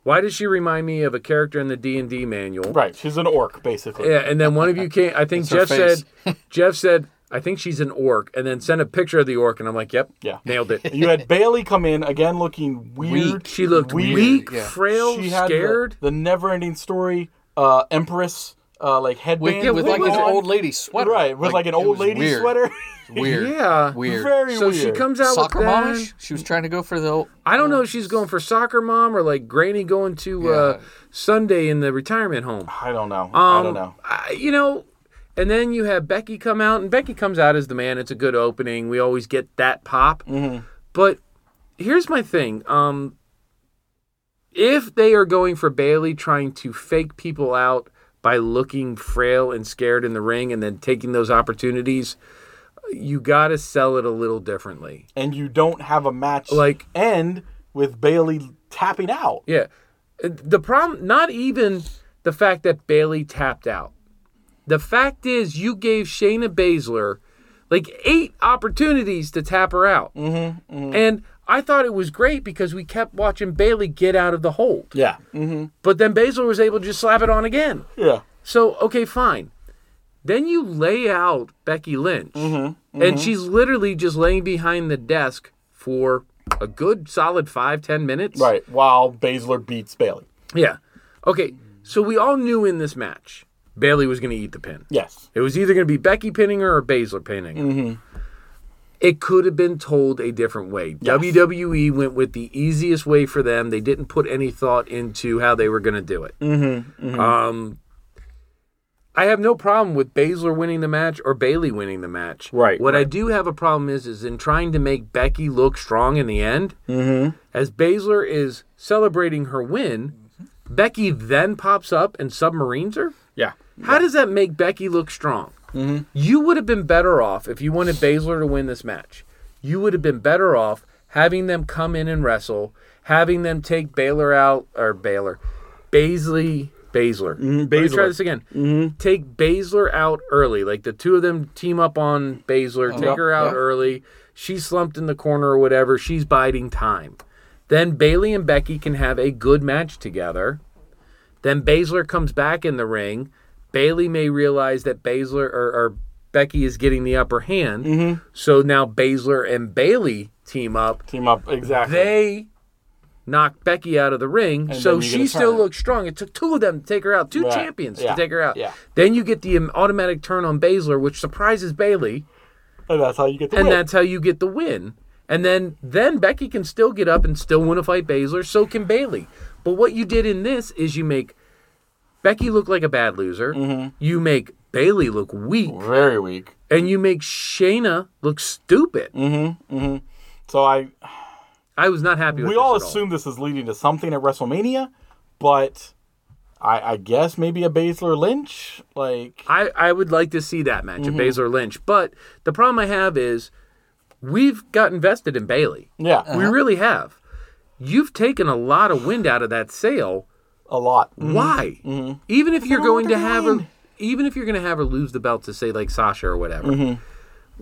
S5: Why does she remind me of a character in the D and D manual?
S3: Right, she's an orc basically.
S5: Yeah, and then one of you came. I think Jeff
S4: It's her
S5: said, Jeff said, I think she's an orc, and then sent a picture of the orc, and I'm like, yep,
S3: Yeah.
S5: nailed it.
S3: You had Bailey come in again, looking weird.
S5: She looked
S3: Weird,
S5: weak,
S4: yeah.
S5: frail,
S3: She had the-
S5: scared.
S3: the, never-ending story, uh, Empress, uh, like headband
S4: with, yeah, with
S5: what
S4: like
S5: was
S4: an
S5: it?
S4: old lady sweater.
S3: right, with like, an
S4: it
S3: old
S4: was
S3: lady
S4: weird.
S3: sweater.
S4: Weird.
S5: yeah,
S4: Weird.
S3: Very
S5: So
S3: weird.
S5: she comes out
S4: Soccer
S5: with that.
S4: momish? She was trying to go for the old,
S5: I don't know if she's going for soccer mom or like granny going to uh,
S4: Yeah.
S5: Sunday in the retirement home.
S3: I don't know. I don't
S5: Um,
S3: know.
S5: I- you know, and then you have Becky come out, and Becky comes out as the man. It's a good opening. We always get that pop.
S3: Mm-hmm.
S5: But here's my thing. Um, if they are going for Bailey trying to fake people out by looking frail and scared in the ring and then taking those opportunities, you got to sell it a little differently.
S3: And you don't have a match
S5: Like-
S3: end with Bailey tapping out.
S5: Yeah. Uh, The problem, not even the fact that Bailey tapped out. The fact is, you gave Shayna Baszler like eight opportunities to tap her out. Mm-hmm, And I thought it was great because we kept watching Bailey get out of the hold.
S3: Yeah,
S5: But then Baszler was able to just slap it on again.
S3: Mm-hmm. yeah.
S5: So, okay, fine. Then you lay Mm-hmm, out Becky Lynch, and she's literally just laying behind the desk for a good solid five ten minutes.
S3: Right. While Baszler beats Bailey.
S5: Yeah. Okay. So we all knew in this match Bailey was going to eat the pin.
S3: Yes.
S5: It was either going to be Becky pinning her or Baszler pinning her. It could have been told a different way. WWE went with the easiest way for them. They didn't put any thought into how they were going to do it. Mm-hmm, Um, I have no problem with Baszler winning the match or Bailey winning the match.
S7: Right,
S5: What I do have a problem is, is in trying to make Becky look strong in the end. As Baszler is celebrating her win, Becky then pops up and submarines her.
S7: Yeah.
S5: How does that make Becky look strong?
S4: Mm-hmm.
S5: You would have been better off if you wanted Baszler to win this match. You would have been better off having them come in and wrestle, having them take Baylor out or Baylor, Baszley, Baszler.
S4: Mm-hmm.
S5: Let me try this again. Take Baszler out early, like the two of them team up on Baszler, take her out
S4: Oh, yeah.
S5: early. She's slumped in the corner or whatever. She's biding time. Then Bailey and Becky can have a good match together. Then Baszler comes back in the ring. Bailey may realize that Baszler or, or Becky is getting the upper hand.
S3: Mm-hmm.
S5: So now Baszler and Bailey team up.
S3: Team up. Exactly.
S5: They knock Becky out of the ring. so
S3: then you get
S5: she
S3: a
S5: still
S3: turn.
S5: looks strong. It took two of them to take her out, two
S3: Right.
S5: champions
S3: Yeah.
S5: to take her out.
S3: Yeah.
S5: Then you get the um, automatic turn on Baszler, which surprises Bailey.
S3: and that's how you get the
S5: And
S3: win.
S5: that's how you get the win. And then then Becky can still get up and still win a fight Baszler, so can Bailey. But what you did in this is you make Becky look like a bad loser.
S3: Mm-hmm.
S5: You make Bailey look weak,
S3: Very weak.
S5: and you make Shayna look stupid.
S3: Mm-hmm. So I
S5: I was not happy. with
S3: we
S5: this
S3: all
S5: at
S3: assume this is leading to something at WrestleMania, but I, I guess maybe a Baszler Lynch. Like
S5: I, I would like to see that
S3: Mm-hmm.
S5: match, of Baszler Lynch. But the problem I have is we've got invested in Bailey.
S3: yeah,
S5: We really have. You've taken a lot of wind out of that sail.
S3: a lot.
S5: Why?
S3: Mm-hmm.
S5: Even if you're
S3: don't
S5: going to
S3: want to
S5: have
S3: win.
S5: her, even if you're going to have her lose the belt to say like Sasha or whatever,
S3: Mm-hmm.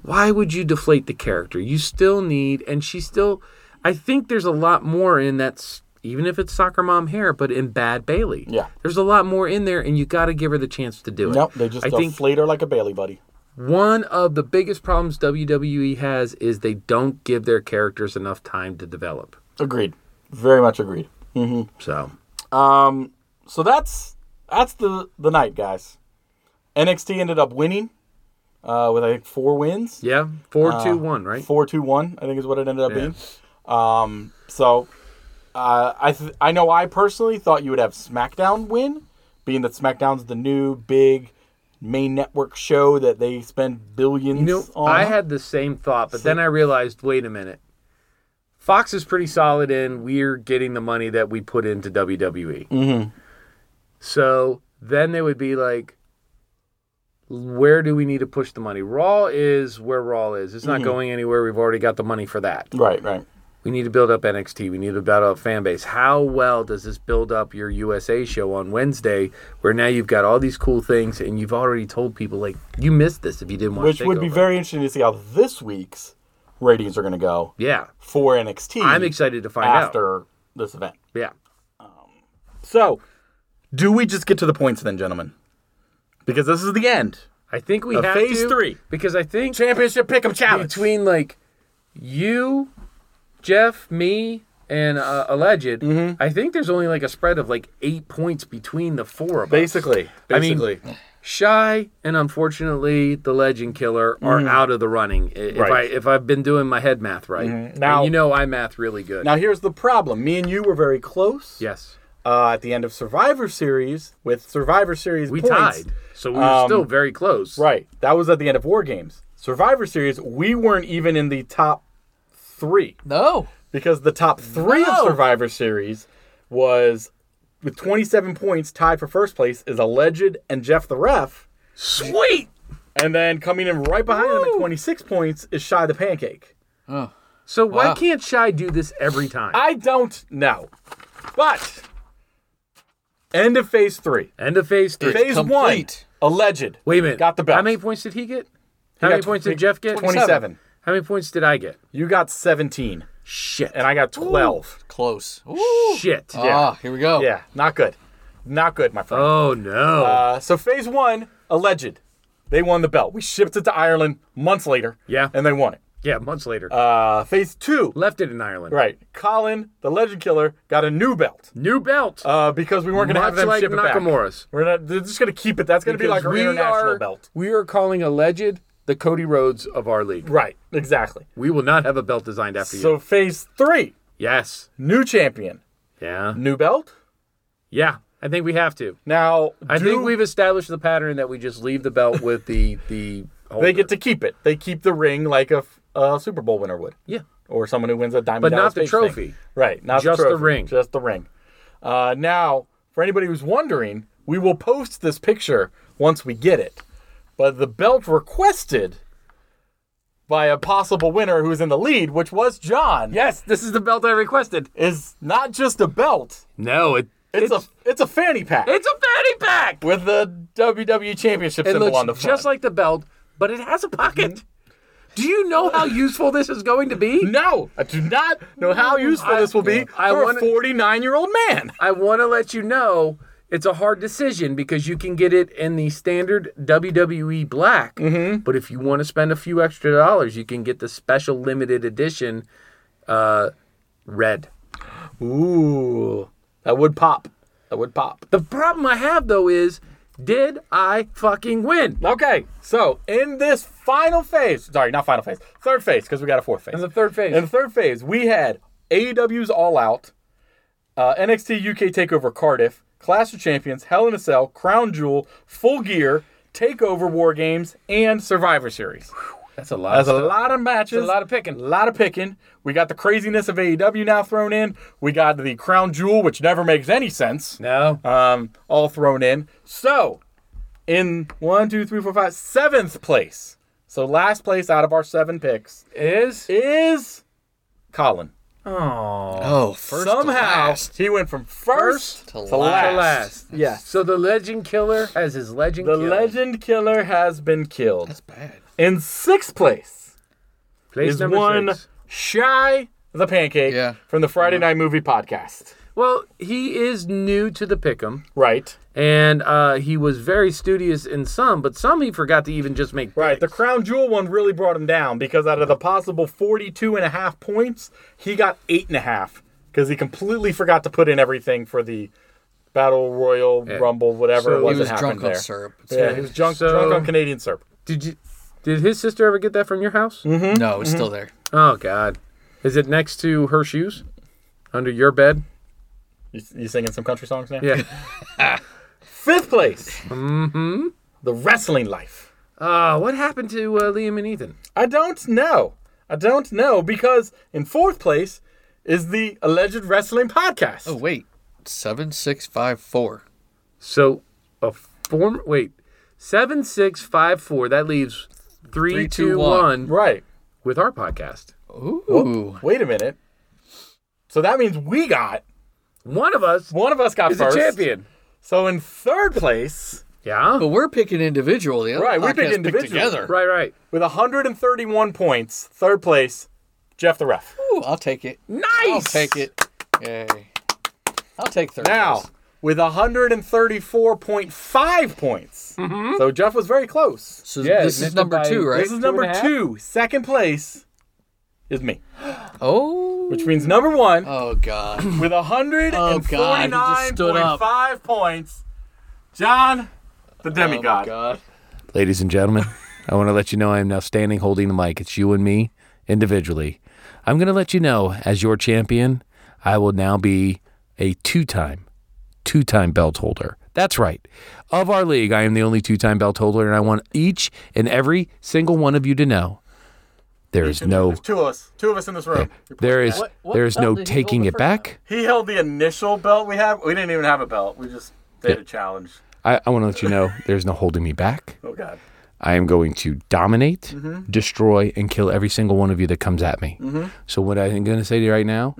S5: why would you deflate the character? You still need, and she still. I think there's a lot more in that. s- Even if it's soccer mom hair, but in bad Bailey,
S3: Yeah.
S5: there's a lot more in there, and you got to give her the chance to do it.
S3: Nope, they just
S5: I think
S3: deflate her like a Bailey buddy.
S5: one of the biggest problems WWE has is they don't give their characters enough time to develop.
S3: Agreed. Very much agreed. Um,
S5: So
S3: So that's that's the the night, guys. NXT ended up winning uh, with I think four wins.
S5: yeah, four
S3: Uh,
S5: two one, right?
S3: Four two one, I think is what it ended up being. Um, so uh, I th- I know I personally thought you would have SmackDown win, being that SmackDown's the new big main network show that they spend billions
S5: You know,
S3: on.
S5: I had the same thought, but then I realized, wait a minute. Fox is pretty solid in we're getting the money that we put into WWE.
S3: Mm-hmm.
S5: So then they would be like, where do we need to push the money? Raw is where Raw is. It's
S3: Mm-hmm.
S5: not going anywhere. We've already got the money for that.
S3: right, right.
S5: We need to build up NXT. We need to build up fan base. How well does this build up your USA show on Wednesday, where now you've got all these cool things and you've already told people like you missed this if you didn't watch.
S3: Which would be
S5: TakeOver.
S3: very interesting to see how this week's ratings are going to go
S5: yeah.
S3: for NXT.
S5: I'm excited to find out.
S3: after this event.
S5: Yeah.
S3: So, do we just get to the points then, gentlemen? Because this is the end.
S5: I think we
S3: Of
S5: have
S3: phase
S5: to,
S3: three.
S5: because I think
S3: Championship pick'em challenge.
S5: between like you, Jeff, me, and uh, alleged,
S3: Mm-hmm.
S5: I think there's only like a spread of like eight points between the four of us.
S7: Basically.
S5: I mean-
S7: Basically.
S5: Shy and unfortunately the Legend Killer are
S3: Mm-hmm.
S5: out of the running. i- If
S7: Right.
S5: I if I've been doing my head math right,
S3: Mm-hmm. Now-
S5: And you know I math really good.
S3: now here's the problem. Me and you were very close.
S5: yes,
S3: Uh, at the end of Survivor Series, with Survivor Series
S5: we
S3: points. Um,
S5: tied, so we were still very close.
S3: Right. That was at the end of War Games. Survivor Series, we weren't even in the top three
S4: No.
S3: because the top three of
S4: No.
S3: Survivor Series was with 27 points tied for first place is Alleged and Jeff the Ref.
S5: Sweet.
S3: And then coming in right behind him at 26 points is Shy the Pancake.
S5: So why
S4: Wow.
S5: can't Shy do this every time?
S3: I don't know. But end of phase three.
S5: End of phase three.
S3: phase
S4: complete.
S3: one, alleged.
S5: Wait a minute.
S3: Got the belt.
S5: How many points did he get? How
S3: You
S5: many
S3: got
S5: points did
S3: 20
S5: Jeff get?
S3: 27.
S5: How many points did I get?
S3: You got 17,
S5: Shit.
S3: and I got 12.
S4: Close. Ooh.
S5: Shit.
S4: Ah, here we go.
S3: Yeah, not good. Not good, my friend.
S5: Oh no.
S3: Uh, so phase one, alleged. They won the belt. We shipped it to Ireland months later.
S5: Yeah.
S3: And they won it.
S5: Yeah, months later.
S3: Uh, phase two.
S5: Left it in Ireland.
S3: Right. Colin, the legend killer, got a new belt
S5: New belt.
S3: uh, because we weren't going to have
S5: much
S3: them
S5: like
S3: ship it back.
S5: Nakamura's.
S3: We're not, they're just going to keep it. That's going to be
S5: Because
S3: like our international
S5: are,
S3: belt.
S5: We are calling alleged the Cody Rhodes of our league.
S3: Right, exactly.
S5: We will not have a belt designed after you.
S3: So phase three,
S5: Yes.
S3: new champion,
S5: Yeah.
S3: new belt.
S5: Yeah. I think we have to.
S3: Now,
S5: I
S3: do
S5: think we've established the pattern that we just leave the belt with the the.
S3: they get to keep it. They keep the ring like a, f- a Super Bowl winner would,
S5: yeah.
S3: or someone who wins a diamond.
S5: But not
S3: Dallas
S5: the
S3: Page thing.
S5: trophy.
S3: Right, not
S5: Just
S3: the,
S5: the
S3: trophy,
S5: ring.
S3: Just the ring. Uh, now, for anybody who's wondering, we will post this picture once we get it. But the belt requested by a possible winner who's in the lead, which was John,
S5: Yes, this is the belt I requested.
S3: is not just a belt.
S5: No, it
S3: It's, a it's a fanny pack
S5: it's a fanny pack.
S3: with the
S5: E
S3: WWE Championship
S5: It
S3: symbol
S5: looks
S3: on the front. Mm-hmm.
S5: just like the belt, but it has a pocket. Do you know how useful this is going to be?
S3: no, I do not know how useful
S5: I-
S3: this will be
S5: I
S3: for
S5: wanna-
S3: a 49 year old man.
S5: I want to let you know it's a hard decision because you can get it in the standard WWE black,
S3: Mm-hmm.
S5: but if you want to spend a few extra dollars, you can get the special limited edition uh, red.
S3: Ooh, that would pop. That would pop.
S5: The problem I have though is, did I fucking win?
S3: Okay, so in this final phase, sorry, not final phase, third phase, because we got a fourth phase. In the
S5: third phase.
S3: In the third phase, we had AEW's All Out, uh, NXT UK Takeover Cardiff, Clash of Champions, Hell in a Cell, Crown Jewel, Full Gear, Takeover War Games, and Survivor Series.
S5: That's a lot.
S3: That's a lot of matches.
S5: a lot of picking.
S3: A lot of picking. We got the craziness of AEW now thrown in. We got the Crown Jewel, which never makes any sense
S5: No.
S3: um, all thrown in. So, in one, two, three, four, five, seventh place. So last place out of our seven picks
S5: Is
S3: is Colin.
S4: Oh, first to
S3: Somehow
S4: last.
S3: he went from first,
S4: to
S3: to
S4: last.
S3: last.
S5: the last.
S3: Yes.
S5: So the legend killer has his legend.
S3: The
S5: killer.
S3: legend killer has been killed.
S4: That's bad.
S3: In sixth place
S5: Place
S3: is
S5: number
S3: one
S5: six.
S3: shy the pancake
S4: Yeah. Uh-huh.
S3: from the Friday Night Movie podcast.
S5: Well, he is new to the pick'em.
S3: Right.
S5: and uh, he was very studious in some, but some he forgot to even just make.
S3: Right. The crown jewel one really brought him down because out of the possible 42 and a half points, he got eight and a half because he completely forgot to put in everything for the battle royal rumble, whatever
S5: So
S3: it
S5: he
S3: was.
S4: He
S3: that
S4: was
S3: happened
S4: drunk
S3: there.
S4: on syrup.
S3: Yeah, he was drunk,
S5: So-
S3: drunk on Canadian syrup.
S5: Did you? Did his sister ever get that from your house?
S4: No, it's still there.
S5: Oh God, is it next to her shoes, under your bed?
S3: You, you singing some country songs now?
S5: Yeah.
S3: Fifth place. Mm-hmm. The wrestling life.
S5: Uh, what happened to uh, Liam and Ethan?
S3: I don't know. I don't know because in fourth place is the alleged wrestling podcast.
S4: Oh wait, seven six five four.
S5: So a form. Wait, seven six five four. That leaves three
S4: Three,
S5: two one
S4: two, one.
S3: Right.
S5: with our podcast.
S4: Ooh,
S3: Wait a minute. So that means we got
S5: One of us
S3: One of us got
S5: is
S3: first.
S5: a champion.
S3: So in third place,
S5: Yeah.
S4: but we're picking individual. The other
S3: Right, we pick
S4: podcasts pick
S3: individual.
S4: together.
S5: Right. Right.
S3: with 131 points, third place, Jeff the Ref.
S4: Ooh, I'll take it.
S5: Nice.
S4: I'll take it. Yay. I'll take third.
S3: Now,
S4: place.
S3: with 134.5 points. So Jeff was very close.
S4: so
S5: yeah, missed
S4: this is
S5: it
S4: number
S5: by-
S4: two, Mm-hmm. right?
S3: This is number
S5: and a half?
S3: two. Second place is me,
S4: oh,
S3: which means number one
S4: oh god.
S3: with
S4: Oh, God, he just stood up.
S3: 149.5 points, John the
S4: Oh, my
S3: Demigod.
S4: god.
S5: Ladies and gentlemen, I want to let you know I am now standing holding the mic. It's you and me individually. I'm going to let you know, as your champion, I will now be a two time, two time belt holder. That's right. Of our league, I am the only two time belt holder, and I want each and every single one of you to know there is no.
S3: There's two of us. Two of us in this room.
S5: There is
S4: What- what
S5: there is no
S4: belt did he hold
S5: taking
S4: the
S5: it
S4: first
S5: back.
S3: He held the initial belt we have. We didn't even have a belt. We just did a challenge.
S5: I, I want to let you know there's no holding me back.
S3: Oh God.
S5: I am going to dominate, destroy, and kill every single one of you that comes at me. So what I'm going to say to you right now,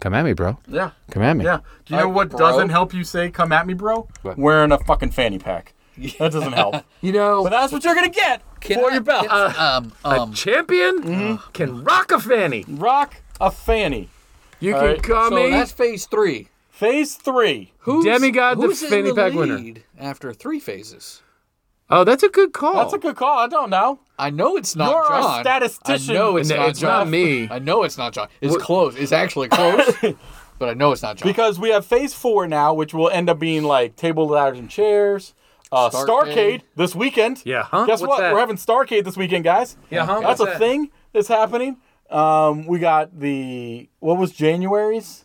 S5: come at me, bro.
S3: Yeah.
S5: Come at me.
S3: Yeah. Do you know what doesn't help you say "come at me, bro"? Wearing a fucking fanny pack. That doesn't help.
S5: You know,
S3: but that's what you're gonna get for your belt.
S4: Um, um,
S5: champion can rock a fanny.
S3: Rock a fanny.
S5: You can
S3: right,
S5: call
S4: so
S5: me
S4: that's phase three.
S3: Phase three.
S4: Who's,
S5: Demigod the
S4: who's in
S5: fanny
S4: the
S5: pack winner.
S4: lead After three phases,
S8: Oh, that's a good call.
S3: That's a good call. I don't know.
S4: I know it's not
S3: You're a
S4: John.
S3: statistician.
S4: I know it's
S8: No,
S4: not
S8: it's
S4: John.
S8: not me.
S4: I know it's not John. It's close. It's actually close. but I know it's not John.
S3: Because we have phase four now, which will end up being like table ladders and chairs. Uh,
S4: Starcade.
S3: Starcade. this weekend.
S8: Yeah, huh?
S3: Guess
S8: What's
S3: what?
S8: that?
S3: We're having Starcade this weekend, guys.
S8: Yeah, huh?
S3: That's
S8: What's
S3: a
S8: that?
S3: thing that's happening. Um, we got the what was January's?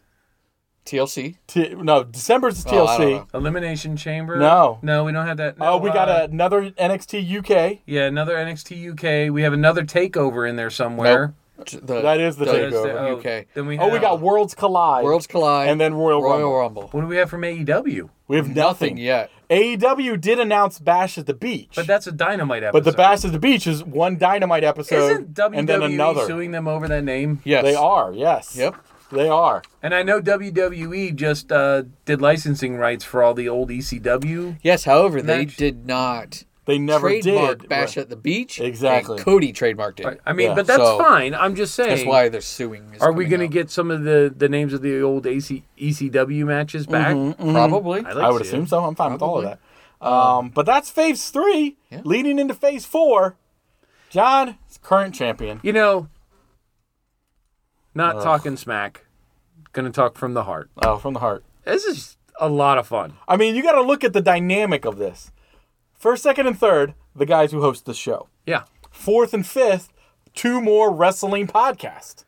S4: TLC.
S3: T- no, December's is
S4: Oh, I don't
S3: TLC.
S4: know.
S5: Elimination Chamber.
S3: No.
S5: No, we don't have that.
S3: Oh, we
S5: No,
S3: got
S5: uh,
S3: another NXT UK.
S5: Yeah, another NXT UK. We have another takeover in there somewhere.
S4: Nope. J- the-
S3: That is the
S5: That's the-
S3: takeover.
S5: oh,
S4: UK.
S5: Then we
S3: Oh, we
S5: have-
S3: got Worlds Collide.
S4: Worlds Collide.
S3: and then Royal, Rumble.
S4: Royal Rumble.
S5: What do we have from E AEW?
S3: We have nothing.
S4: Nothing yet.
S3: AEW did announce Bash at the Beach,
S5: But that's a Dynamite episode.
S3: But the Bash at the Beach is one Dynamite episode
S5: Isn't WWE
S3: and
S8: E
S3: then another.
S5: suing them over that name?
S4: Yes.
S3: They are, yes.
S4: Yep.
S3: They are.
S5: And I know WWE just uh, did licensing rights for all the old E ECW.
S4: Yes, however, they
S5: Match.
S4: did not
S3: They never
S4: trademark
S3: did.
S4: Bash at the Beach. and
S3: Exactly.
S4: Cody trademarked it.
S5: I mean,
S3: Yeah.
S5: but that's
S4: So-
S5: fine. I'm just saying.
S4: That's why they're suing.
S5: Are we
S4: going
S5: going to get some of the, the names of the old E AC, ECW matches back?
S4: Probably.
S8: I'd like
S3: Mm-hmm, I
S8: to
S3: would
S8: see
S3: assume
S8: it.
S3: so. I'm fine with all of that. Um, but that's phase three, leading into phase four. John is current champion.
S5: You know, not talking smack. Going to talk from the heart.
S3: Oh, from the heart.
S5: This is a lot of fun.
S3: I mean, you got to look at the dynamic of this. First, second, and third, the guys who host the show.
S5: Yeah.
S3: Fourth and fifth, two more wrestling podcasts.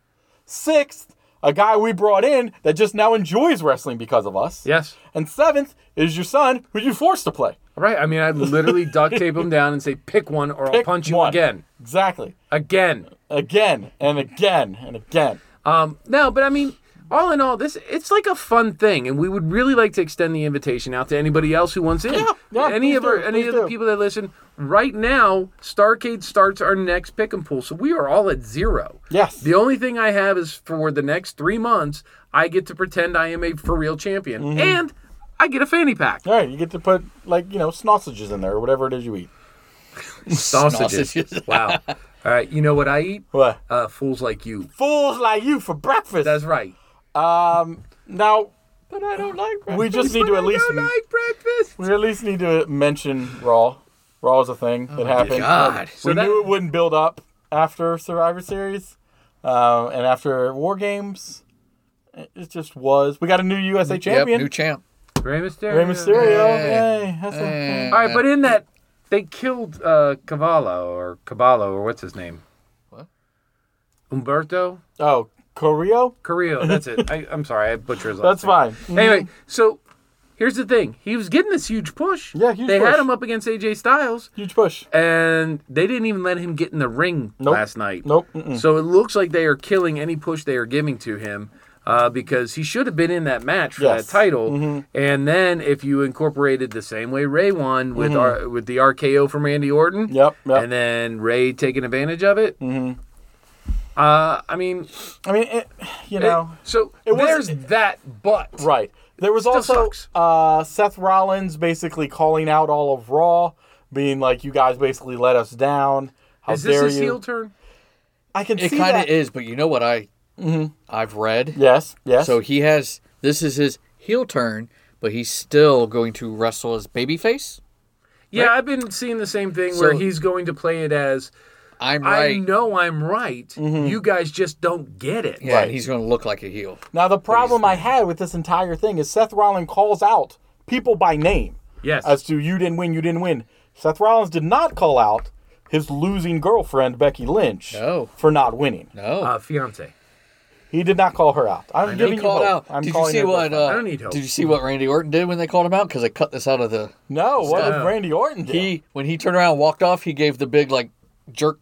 S3: Sixth, a guy we brought in that just now enjoys wrestling because of us.
S5: Yes.
S3: And seventh is your son, who you forced to play.
S5: Right. I mean, I literally duct tape them down and say, pick one or I'll
S3: Pick
S5: punch you
S3: one.
S5: again.
S3: Exactly.
S5: Again.
S3: Again and again and again.
S5: Um, no, but I mean, all in all, this it's like a fun thing, and we would really like to extend the invitation out to anybody else who wants in.
S3: yeah,
S5: any
S3: please
S5: of our,
S3: do,
S5: any
S3: please
S5: of the
S3: do.
S5: people that listen right now, Starcade starts our next pick and pull, so we are all at zero.
S3: Yes.
S5: The only thing I have is for the next three months, I get to pretend I am a for real champion,
S3: Mm-hmm.
S5: and I get a fanny pack.
S3: All right, you get to put like you know sausages in there or whatever it is you eat.
S5: Sausages.
S4: Sausages.
S5: wow. All right. You know what I eat?
S3: What?
S5: Uh, fools like you.
S3: Fools like you for breakfast.
S5: That's right.
S3: now
S4: But I don't like
S3: we just need to at least
S5: I don't like breakfast.
S3: we at least need to mention Raw. Raw is a thing that happened.
S4: Oh God.
S3: We
S5: So that-
S3: knew it wouldn't build up after Survivor Series, uh, and after War Games. It just was. We got a new USA champion,
S4: Yep, new champ.
S5: Rey Mysterio.
S3: Rey Mysterio.
S4: Hey.
S3: Yay, that's a-
S4: Eh,
S5: All right, but in that they killed uh, Cavallo or Caballo or what's his name?
S4: What?
S5: Umberto
S3: Oh, Corio?
S5: Carrillo. That's it. I, I'm sorry, I butchered his
S3: That's
S5: last name.
S3: fine. Mm-hmm.
S5: Anyway, so here's the thing: he was getting this huge push.
S3: Yeah, huge
S5: They
S3: push.
S5: had him up against AJ Styles,
S3: Huge push.
S5: and they didn't even let him get in the ring
S3: Nope.
S5: last night.
S3: Nope. Mm-mm.
S5: So it looks like they are killing any push they are giving to him uh, because he should have been in that match for
S3: Yes. Mm-hmm.
S5: that title. And then if you incorporated the same way Ray won with our, with the RKO from Randy Orton,
S3: Mm-hmm. Yep, yep. Mm-hmm.
S5: and then Ray taking advantage of it. Uh, I mean,
S3: I mean, it, you know,
S5: so
S3: was-
S5: there's that, but
S3: right. There was also
S5: sucks.
S3: uh, Seth Rollins basically calling out all of Raw, being like, "You guys basically let us down. How
S5: is this
S3: dare
S5: his
S3: you?"
S5: heel turn?
S3: I can
S4: It
S3: see
S4: kind
S3: that.
S4: of is, but you know what I I've read.
S3: Yes, yes.
S4: So he has this is his heel turn, but he's still going to wrestle as babyface.
S5: Yeah, I've been seeing the same thing where
S4: So-
S5: he's going to play it as
S4: I'm
S5: I
S4: right.
S5: know I'm right.
S3: Mm-hmm.
S5: You guys just don't get it.
S4: Yeah, and he's going to look like a heel.
S3: now the problem I had with this entire thing is Seth Rollins calls out people by name
S5: Yes.
S3: as to "You didn't win. You didn't win." Seth Rollins did not call out his losing girlfriend Becky Lynch
S4: No.
S3: for not winning.
S4: No.
S5: uh, fiance.
S3: He did not call her out. I'm
S4: he
S3: giving you
S4: called
S3: hope.
S4: out.
S3: I'm
S4: did you
S3: calling
S4: see
S3: her
S4: what?
S3: girlfriend.
S4: Uh,
S5: I don't need hope.
S4: Did you see what Randy Orton did when they called him out? Because I cut this out of the.
S3: No, what did Randy Orton do?
S4: He when he turned around and walked off, he gave the big like jerk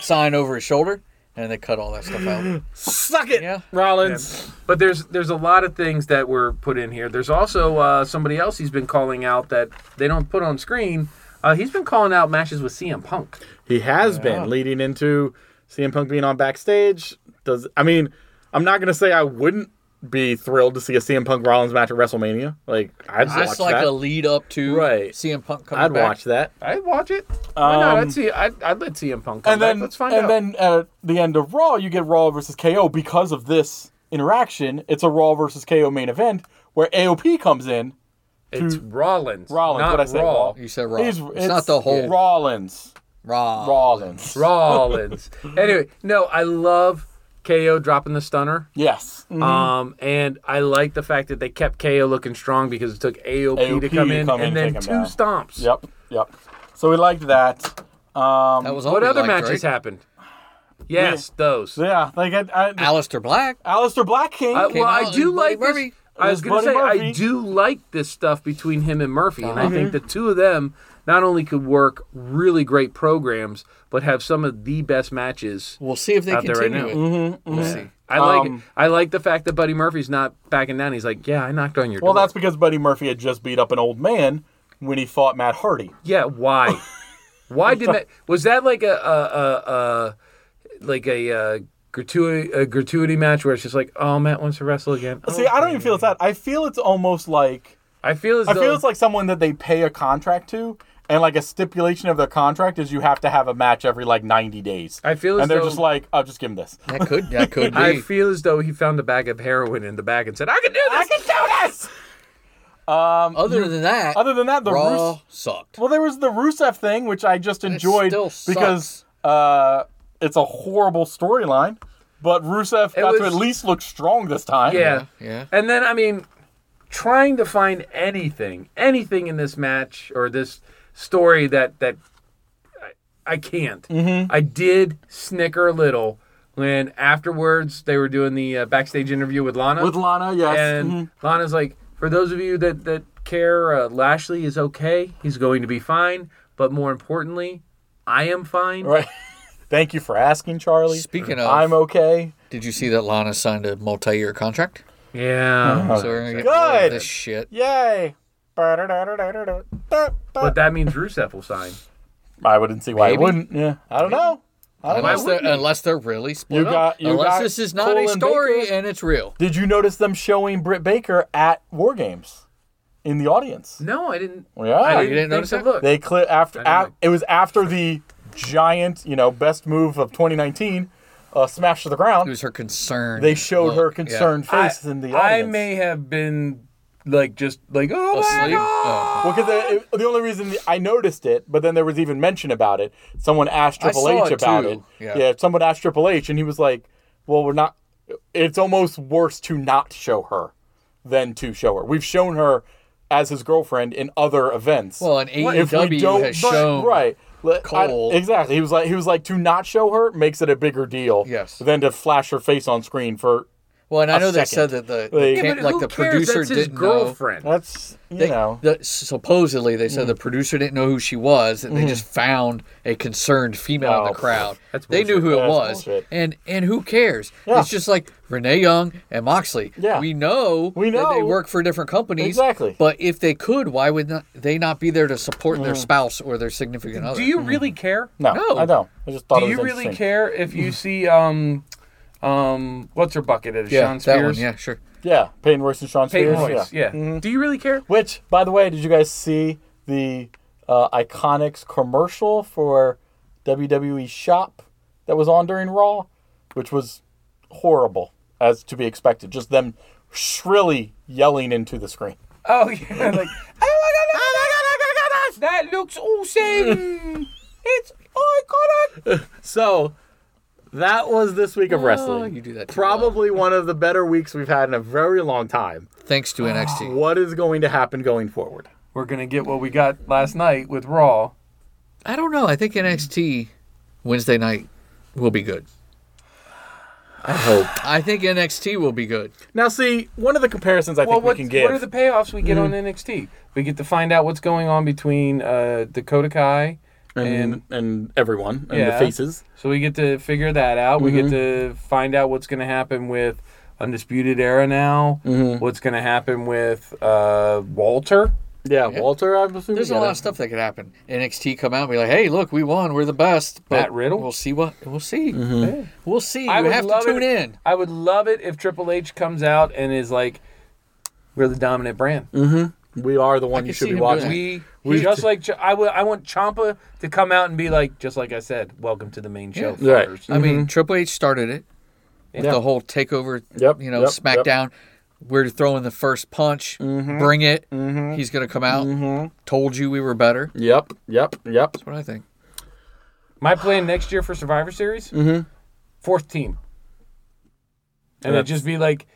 S4: sign over his shoulder, and they cut all that stuff out.
S3: Suck it,
S4: Yeah.
S3: Rollins.
S5: But there's there's a lot of things that were put in here. There's also uh, somebody else he's been calling out that they don't put on screen. Uh, he's been calling out matches with CM Punk.
S3: He has been leading into CM Punk being on backstage. Does I mean, I'm not gonna say I wouldn't be thrilled to see a CM Punk Rollins match at WrestleMania. Like I'd watch
S4: Just like
S3: that.
S4: a lead up to
S3: Right.
S4: CM Punk coming
S3: I'd
S4: back.
S3: watch that.
S5: I'd watch it. Why not?
S3: Um,
S5: I'd see. I'd, I'd let CM Punk come
S3: And then,
S5: back. Let's find
S3: and
S5: out.
S3: then at the end of Raw, you get Raw versus KO because of this interaction. It's a Raw versus KO main event where AOP comes in
S5: It's Rollins.
S3: Rollins,
S5: Not
S3: what'd I say,
S5: Raw.
S3: Raw?
S4: You said raw.
S3: He's-
S4: It's, not the whole raw.
S3: Rollins. Rollins.
S5: Rollins. anyway, no, I love KO dropping the stunner.
S3: Yes. Mhm.
S5: Um, and I like the fact that they kept KO looking strong because it took AOP, to
S3: AOP
S5: come
S3: to
S5: in
S3: come in
S5: and
S3: and
S5: then
S3: take
S5: two
S3: him
S5: stomps.
S3: Yep. Yep. So we liked that. Um,
S4: That was all
S5: What
S4: we
S5: other
S4: liked,
S5: matches
S4: right?
S5: happened? Yes, those.
S3: yeah, like I, I,
S4: Alistair Black.
S3: Alistair Black King.
S5: I,
S4: Came
S5: Uh, well, I
S4: out
S5: do
S4: and Buddy
S5: like this.
S4: Murphy.
S5: I was
S3: It was
S5: going to say
S3: Buddy
S5: I
S3: Murphy. Mm-hmm.
S5: do like this stuff between him and Murphy, and I think the two of them not only could work really great programs, but have some of the best matches.
S4: We'll see if they
S5: Out there right
S4: continue it. We'll see.
S5: I like.
S3: Mm-hmm, Um,
S5: it. I like the fact that Buddy Murphy's not backing down. He's like, yeah, I knocked on your
S3: well,
S5: door.
S3: that's because Buddy Murphy had just beat up an old man when he fought Matt Hardy.
S5: yeah. Why? why did that? Was that like a a, a, a like a, uh gratuity a gratuity match where it's just like, oh, Matt wants to wrestle again. Oh.
S3: See, I don't even feel it's that. I feel it's almost like
S5: I feel as
S3: I
S5: though
S3: feel it's like someone that they pay a contract to, and like a stipulation of their contract is you have to have a match every like ninety days.
S5: I feel as
S3: and they're
S5: though-
S3: just like, I'll just give him this.
S4: That could that could be.
S5: I feel as though he found a bag of heroin in the bag and said, "I can do this."
S3: I can do this.
S4: other than that,
S3: Other than that, the
S4: Raw
S3: Rus-
S4: sucked.
S3: well, there was the Rusev thing, which I just enjoyed
S4: still sucks.
S3: because uh, it's a horrible storyline. But Rusev got to
S5: was-
S3: at least look strong this time.
S5: yeah.
S4: Yeah.
S5: And then I mean, trying to find anything, anything in this match or this story that that I, I can't.
S3: Mm-hmm.
S5: I did snicker a little when afterwards they were doing the uh, backstage interview with Lana.
S3: With Lana, yes.
S5: and
S3: Mhm.
S5: Lana's like, for those of you that that care, uh, Lashley is okay. He's going to be fine. But more importantly, I am fine.
S3: Right. Thank you for asking, Charlie.
S4: Speaking of-
S3: I'm okay.
S4: Did you see that Lana signed a multi-year contract?
S5: Yeah.
S3: Uh-huh.
S4: So we're gonna get more
S3: Good.
S4: of this shit.
S3: Yay.
S5: But that means Rusev will sign.
S3: I wouldn't see why
S4: Maybe.
S3: I wouldn't. Yeah. I don't know.
S4: Unless
S5: wouldn't
S4: they're, unless they're really split
S3: You
S4: up.
S3: got- you
S4: unless
S3: got
S4: this is not
S3: Cole
S4: a
S3: and
S4: story
S3: Baker.
S4: and it's real.
S3: Did you notice them showing Britt Baker at War Games in the audience?
S5: No, I didn't.
S3: Yeah.
S5: I
S4: Oh, you didn't
S5: think
S4: notice
S5: to
S4: that?
S5: Look,
S3: They clip after
S5: I
S3: af-
S5: didn't
S3: it was after the giant, you know, best move of 2019, uh, smash to the
S4: It
S3: ground.
S4: was her concern.
S3: They showed her
S4: Look, yeah.
S3: concerned face in the
S5: I
S3: audience.
S5: may have been like just like oh my
S4: Asleep?
S5: god.
S4: Oh.
S3: Well, 'cause the, it- the only reason I noticed it, but then there was even mention about it. Someone asked
S4: I
S3: Triple
S4: saw
S3: H
S4: it,
S3: about
S4: too.
S3: it.
S4: Yeah.
S3: someone asked Triple H, and he was like, "Well, we're not. It's almost worse to not show her than to show her. We've shown her as his girlfriend in other events.
S4: Well, and
S3: if we
S4: AEW
S3: don't,
S4: has
S3: but-
S4: shown
S3: right." Let- I-
S4: Cole-
S3: exactly. He was like, he was like, to not show her makes it a bigger deal
S4: Yes.
S3: than to flash her face on screen for.
S4: Well, and I
S3: a
S4: know they said that
S3: second.
S4: the
S3: Like-
S4: the
S3: Yeah,
S4: camp-
S5: But
S4: like
S5: who
S4: the
S5: cares?
S4: producer
S5: That's his
S4: didn't
S5: girlfriend.
S3: That's you
S4: know. They-
S3: know. Hmm.
S4: the- supposedly they said the producer didn't know who she was, that they just found a concerned female in
S3: No.
S4: the crowd.
S5: That's
S4: they knew
S5: bullshit.
S4: who it
S3: Hmm. Oh, That's
S4: was,
S3: bullshit.
S4: and and who cares?
S3: Yeah.
S4: It's just like Renee Young and Moxley.
S3: Yeah.
S4: we know
S3: We
S4: that they
S3: know.
S4: work for different companies.
S3: Exactly.
S4: But if they could, why would not, they not be there to support their
S3: Hmm.
S4: spouse or their significant other?
S5: Do you really care?
S3: no,
S4: Mm-hmm. no.
S3: I don't. I just thought.
S5: Do
S3: it was
S5: you really
S3: interesting.
S5: care if
S4: Mm-hmm.
S5: you see um um what's her bucket at
S4: Yeah,
S5: Sean
S4: that one.
S5: Spears?
S4: Yeah, Mm-hmm. sure.
S3: Yeah, Peyton Royce and Sean
S5: Peyton
S3: Spears.
S5: Royce. Yeah. Do you really care?
S3: Which, by the way, did you guys see the uh, Iconics commercial for WWE Shop that was on during Raw, which was horrible as to be expected. Just them shrilly yelling into the screen.
S5: Oh yeah. Like oh my god! Oh my god! Oh my god! That looks awesome. it's iconic.
S3: So that was this week of
S4: Oh, you do that too
S3: Probably one of the better weeks we've had in a very long time.
S4: well. Thanks
S5: Ah.
S4: to NXT.
S3: What is going to happen going forward?
S5: We're gonna get what we got last night with Raw.
S4: I don't know. I think NXT Wednesday night will be good.
S3: I hope.
S4: I think NXT will be good.
S3: Now, see, one of the comparisons I
S5: Well,
S3: think we
S5: what,
S3: can give. Mm-hmm.
S5: what are the payoffs we get on NXT? We get to find out what's going on between uh, Dakota Kai,
S3: and and everyone and
S5: Yeah.
S3: the faces.
S5: so we get to figure that out. We get
S3: Mm-hmm.
S5: to find out what's going to happen with Undisputed Era now.
S3: Mm-hmm.
S5: What's going to happen with uh, Walter?
S3: Yeah, Walter. I'm assuming
S4: There's a
S3: yeah,
S4: lot of stuff that could happen. NXT come out and be like, "Hey, look, we won. We're the best." But
S5: Matt Riddle?
S4: We'll see what we'll see.
S5: Mm-hmm.
S4: We'll see. You
S5: I would
S4: have to
S5: love
S4: tune
S5: it-
S4: in.
S5: I would love it if Triple H comes out and is like, "We're the dominant brand."
S3: Mm-hmm. We are the one you
S4: can
S3: should
S4: see
S3: be
S4: him doing
S3: watching.
S4: that.
S5: We, just like Ch- I would. I want Champa to come out and be like, just like I said, "Welcome to the main show."
S3: Yeah. Right. Mm-hmm.
S5: fuckers."
S4: I mean, Triple H started it with
S3: Yeah.
S4: the whole takeover.
S3: Yep,
S4: You know,
S3: yep, yep.
S4: SmackDown. We're throwing the first punch. Bring it. He's going to come out. Told you we were better. That's
S3: Yep, yep, yep.
S4: what I think.
S5: My plan next year for Survivor Series, fourth team, and it'd just be like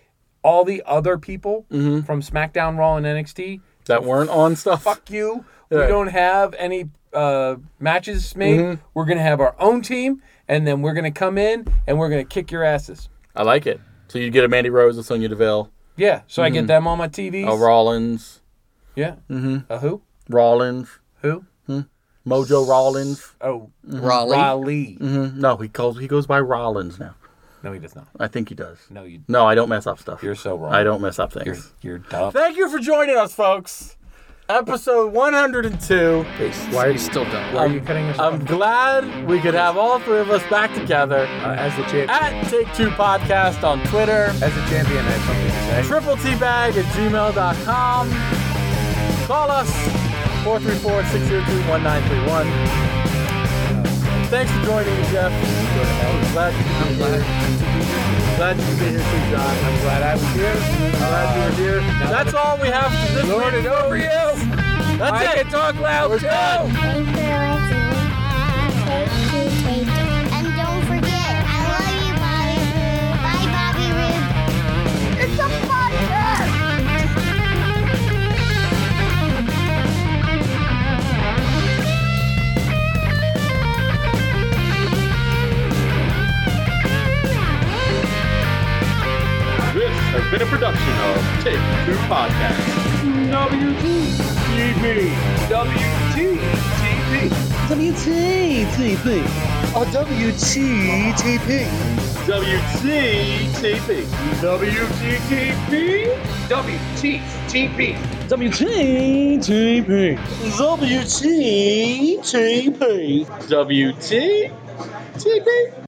S5: all the other people from SmackDown, Raw, and NXT.
S3: That weren't on stuff.
S5: Fuck you. We don't have any uh, matches made. We're gonna have our own team, and then we're gonna come in and we're gonna kick your asses.
S3: I like it. So you get a Mandy Rose, a Sonya Deville,
S5: Yeah, so I get them on my TVs.
S3: a Rollins,
S5: Yeah. Mm-hmm. A who?
S3: Rollins,
S5: Who?
S3: Mojo Rollins.
S5: Oh,
S4: Raleigh.
S5: Raleigh.
S3: Mm, No, he calls he goes by Rollins now.
S5: No, he does not.
S3: I think he does.
S5: No, you.
S3: No, I don't mess up stuff.
S5: You're so wrong.
S3: I don't mess up things.
S5: You're you're dumb.
S3: Thank you for joining us, folks. Episode 102.
S9: Why are you
S4: Still done.
S5: Why are you cutting us off?
S3: I'm glad we could have all three of us back together
S5: uh,
S9: as the champion?
S3: at Take Two Podcast on Twitter,
S5: As a champion, I have something to say.
S3: triple teabag at gmail.com. Call us 434 602 1931. Thanks for joining me, Jeff. I'm glad you could be here. Glad you could be here too, John. I'm glad I was here. I'm glad you were here. That's all we have for this Lord week. over you. That's
S5: I
S3: it.
S5: can talk loud
S3: We're
S5: too.
S3: done.
S10: Thank you for listening. Take two, take two. And don't forget, I love you, Bobby. Bye, Bobby Rube. It's a podcast.
S2: This has been a production of Take Two Podcast. WTTV. WTTV.
S11: WTTP. Or WTTP.
S2: WTTV. WTTV. WTTV.
S11: WTTP. WTTP.
S2: WTTV.